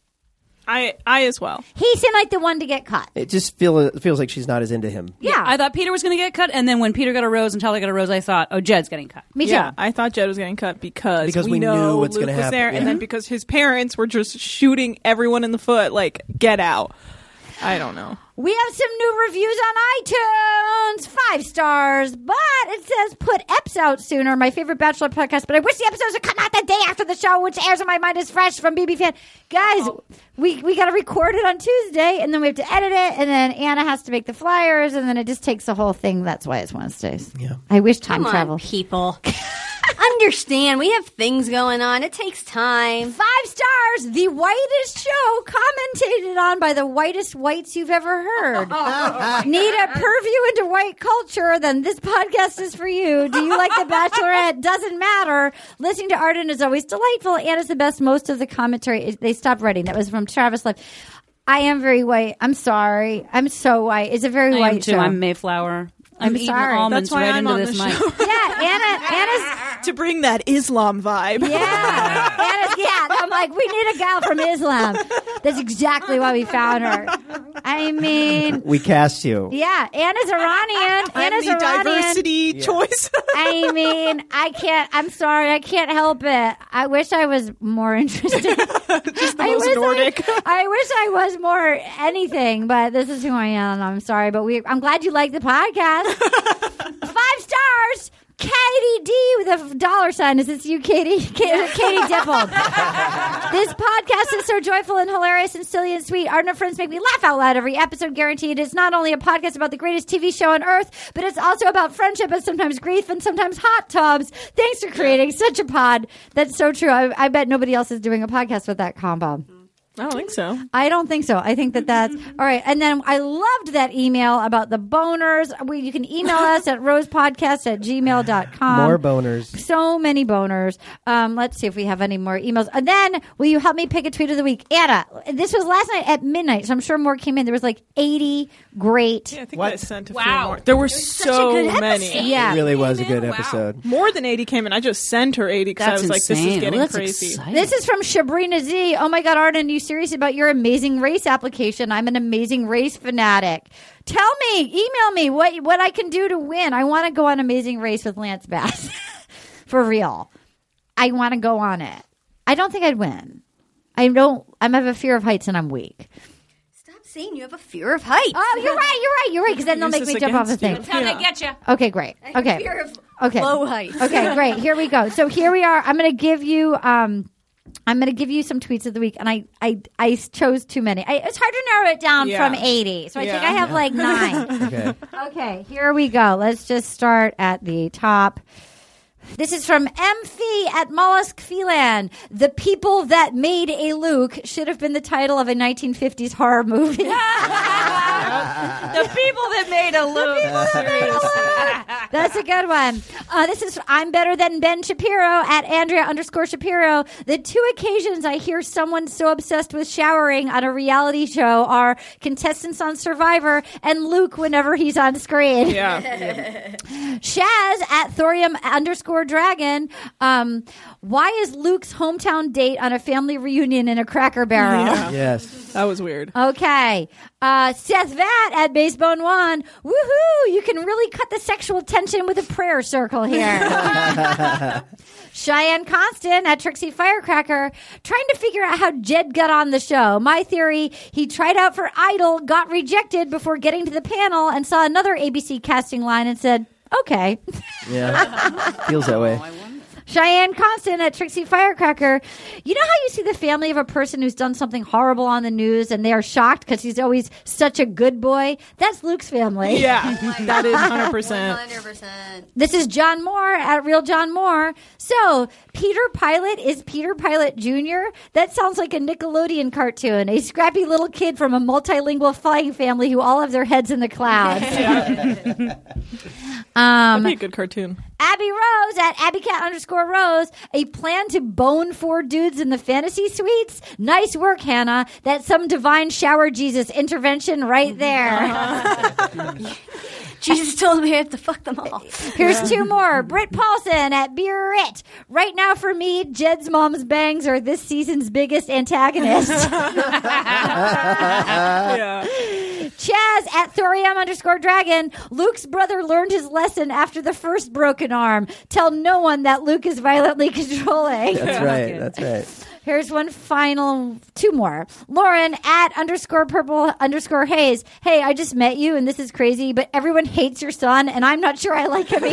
[laughs] I I as well.
He seemed like the one to get cut.
It just feel, it feels like she's not as into him.
Yeah,
I thought Peter was going to get cut, and then when Peter got a rose and Tyler got a rose, I thought, "Oh, Jed's getting cut."
me too.
Yeah, I thought Jed was getting cut because,
Because we knew
know
what's
Luke
gonna
was
happen,
there,
yeah.
and then because his parents were just shooting everyone in the foot, like get out. I don't know.
We have some new reviews on iTunes. Five stars, but it says put EPs out sooner. My favorite Bachelor podcast, but I wish the episodes would come out the day after the show, which airs on my mind is fresh from BB Fan. Guys, we, we got to record it on Tuesday, and then we have to edit it, and then Anna has to make the flyers, and then it just takes the whole thing. That's why it's Wednesdays. Yeah. I wish time
Come on,
travel.
[laughs] people. Understand, we have things going on. It takes time.
Five stars, the whitest show commentated on by the whitest whites you've ever heard. Need a purview into white culture? Then this podcast is for you. Do you like The Bachelorette? Doesn't matter. Listening to Arden is always delightful. Anna's the best. Most of the commentary, is- they stopped writing. That was from Travis Life. I am very white. I'm sorry. I'm so white. It's a very
I
white
am too.
show.
I'm Mayflower. I'm,
I'm
eating
sorry.
almonds
That's why
right
I'm
into
on
this
the
mic.
show.
yeah, Anna. Anna's
to bring that Islam vibe. [laughs]
Yeah. Anna's, yeah. I'm like, we need a gal from Islam. That's exactly why we found her. I mean,
We cast you.
yeah, Anna's Iranian.
[laughs] I'm
Anna's
the
Iranian.
diversity [laughs] choice.
I mean, I can't. I'm sorry, I can't help it. I wish I was more
[laughs]
interested. I
most
wish
Nordic.
I, I wish I was more anything, but this is who I am. and I'm sorry, but we. I'm glad you like the
[laughs]
podcast. Five stars. Katie D with a f- dollar sign. Is this you, Katie? Katie, Katie Dippold. This podcast is so joyful and hilarious and silly and sweet. Our new friends make me laugh out loud every episode, guaranteed. It's not only a podcast about the greatest TV show on earth, but it's also about friendship and sometimes grief and sometimes hot tubs. Thanks for creating such a pod. That's so true. I, I bet nobody else is doing a podcast with that combo.
I don't think [laughs] so.
I don't think so. I think that that's all right. And then I loved that email about the boners. We, you can email us at rosepodcast at gmail.com.
More boners.
So many boners. Um, let's see if we have any more emails. And then, will you help me pick a tweet of the week? Anna, this was last night at midnight, so I'm sure more came in. There was like 80 great.
I think
What?
I sent a few more. There were so many.
Yeah.
It really was a good episode.
More than 80 came in. I just sent her 80 because I
[laughs] That's
was like, this
insane.
is
Well,
getting
that's
crazy.
exciting.
This is from Shabrina Z. Oh my God, Arden, you serious about your amazing race application? I'm an amazing race fanatic. Tell me, email me what what I can do to win. I want to go on Amazing Race with Lance Bass [laughs] for real. I want to go on it. I don't think I'd win. I don't. I have a fear of heights and I'm weak.
Stop saying you have a fear of heights.
Oh, [laughs] you're right. You're right. You're right. Because then they'll
Use
make
this
me jump off the
against you.
thing.
That's how they get you.
Okay, great. Okay.
Fear of
Okay.
low heights.
[laughs]
Okay, great. Here we go. So here we are. I'm going to give you. Um, I'm going to give you some tweets of the week, and I I, I chose too many. I, it's hard to narrow it down
Yeah.
from 80, so I think
Yeah.
I have like
[laughs]
nine.
Okay.
okay, here we go. Let's just start at the top. This is from MF at Mollusk Phelan. The people that made a Luke should have been the title of a 1950s horror
[laughs]
movie.
The people that made a loop.
That's a good one. Uh, this is I'm better than Ben Shapiro at Andrea underscore Shapiro. The two occasions I hear someone so obsessed with showering on a reality show are contestants on Survivor and Luke whenever he's on screen.
[laughs]
Yeah.
Shaz at Thorium underscore Dragon. Um, why is Luke's hometown date on a family reunion in a Cracker Barrel?
Yes.
That was weird.
Okay. Uh, Seth Vat at Basebone One. Woohoo! You can really cut the sexual tension with a prayer circle here. Cheyenne Constant at Trixie Firecracker. Trying to figure out how Jed got on the show. My theory he tried out for Idol, got rejected before getting to the panel, and saw another ABC casting line and said, okay.
Yeah. Feels that way.
Cheyenne Constant at Trixie Firecracker. You know how you see the family of a person who's done something horrible on the news and they are shocked because he's always such a good boy? That's Luke's family.
[laughs] [laughs] Yeah. that is 100%.
100%.
This is John Moore at Real John Moore. So, Peter Pilot is Peter Pilot Jr. That sounds like a Nickelodeon cartoon. A scrappy little kid from a multilingual flying family who all have their heads in the clouds.
That'd be a good cartoon.
Abby Rose at AbbyCat underscore Rose. A plan to bone four dudes in the fantasy suites. Nice work, Hannah. That's some divine shower Jesus intervention right there.
Jesus [laughs] told me I have to fuck them all.
[laughs] Here's two more. Britt Paulson at Beer It. Right now, for me, Jed's mom's bangs are this season's biggest antagonist.
yeah.
Chaz at Thorium underscore Dragon. Luke's brother learned his lesson after the first broken arm. Tell no one that Luke is violently [laughs] controlling.
That's right. That's right.
Here's one final, two more. Lauren at underscore purple underscore haze. Hey, I just met you and this is crazy, but everyone hates your son and I'm not sure I like him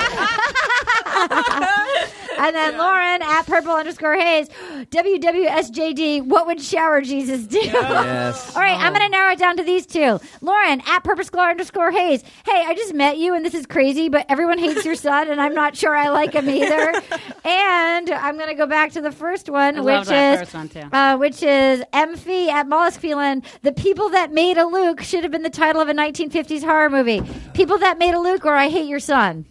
either. [laughs] And then Lauren at purple underscore haze, WWSJD, what would shower Jesus do?
Yes.
All right, I'm going to narrow it down to these two. Lauren at purpose glow underscore haze. Hey, I just met you and this is crazy, but everyone hates your son and I'm not sure I like him either.
[laughs]
and I'm going to go back to the first one,
I
which
love
is
that first one, too.
uh, which is Emphy at Mollusk Phelan. The people that made a Luke should have been the title of a 1950s horror movie. People that made a Luke or I hate your son.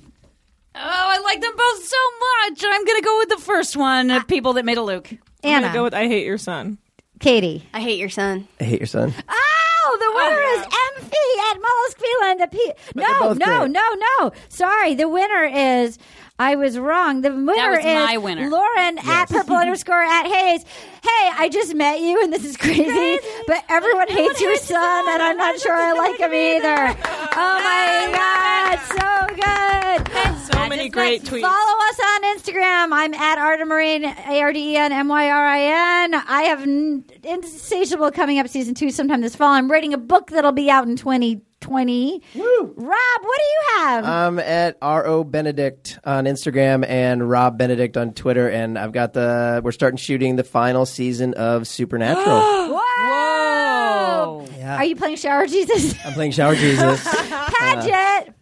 Oh, I like them both so much. I'm going to go with the first one, uh, people that made a Luke.
I'm
Anna,
gonna go with I hate your son.
Katie.
I hate your son.
I hate your son.
Oh, the winner is Emphy at Mollusk Phelan. The pe-
they're
no,
both
no,
great.
no, no. Sorry, the winner is. I was wrong. The winner
was
is
my winner.
Lauren at [laughs] purple underscore at Hayes. Hey, I just met you and this is crazy, but everyone hates your son, and I'm not sure I like him either. Oh my god, [laughs] so good!
So many great tweets.
Follow us on Instagram. I'm at Artemarine, A R D E N M Y R I N. I have n- Insatiable coming up season two sometime this fall. I'm writing a book that'll be out in 2020. Rob, what do you have?
Uh,
I'm Um, at ro benedict on Instagram and Rob Benedict on Twitter, and I've got the we're starting shooting the final season
[gasps]
of Supernatural.
Whoa! Are you playing Shower
[laughs]
Jesus?
Uh-huh.
I'm playing Shower Jesus.
Paget!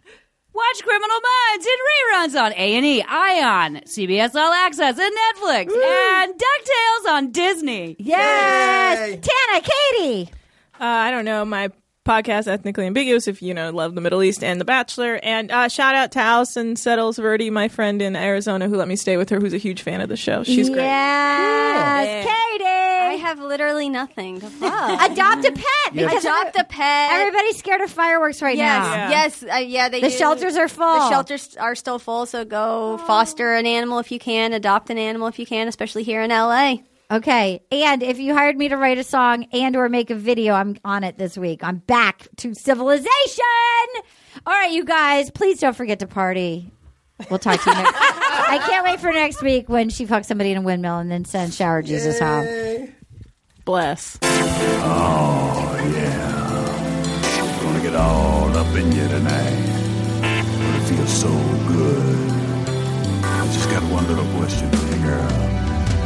Watch Criminal Minds in reruns on A&E, Ion, CBS All Access, and Netflix, and DuckTales on Disney.
yes!
Yay.
Tana, Katie!
Uh, I don't know my podcast ethnically ambiguous if you know love the middle east and the bachelor and uh, shout out to allison settles verdi my friend in arizona who let me stay with her who's a huge fan of the show she's great
Yes!
I
Katie!
have literally nothing to [laughs] plug.
Adopt a pet! Because
Adopt a pet.
everybody's scared of fireworks right
Yes,
now.
yes, uh, yeah. They
The
do.
shelters are full.
The shelters are still full, so go foster an animal if you can, adopt an animal if you can, especially here in LA.
Okay. And if you hired me to write a song and or make a video, I'm on it this week. I'm back to civilization. All right, you guys, please don't forget to party. We'll talk to you next. [laughs] I can't wait for next week when she fucks somebody in a windmill and then sends shower Jesus home.
bless
Gonna get all up in you tonight. It feels so good. I just got one little question for you, girl.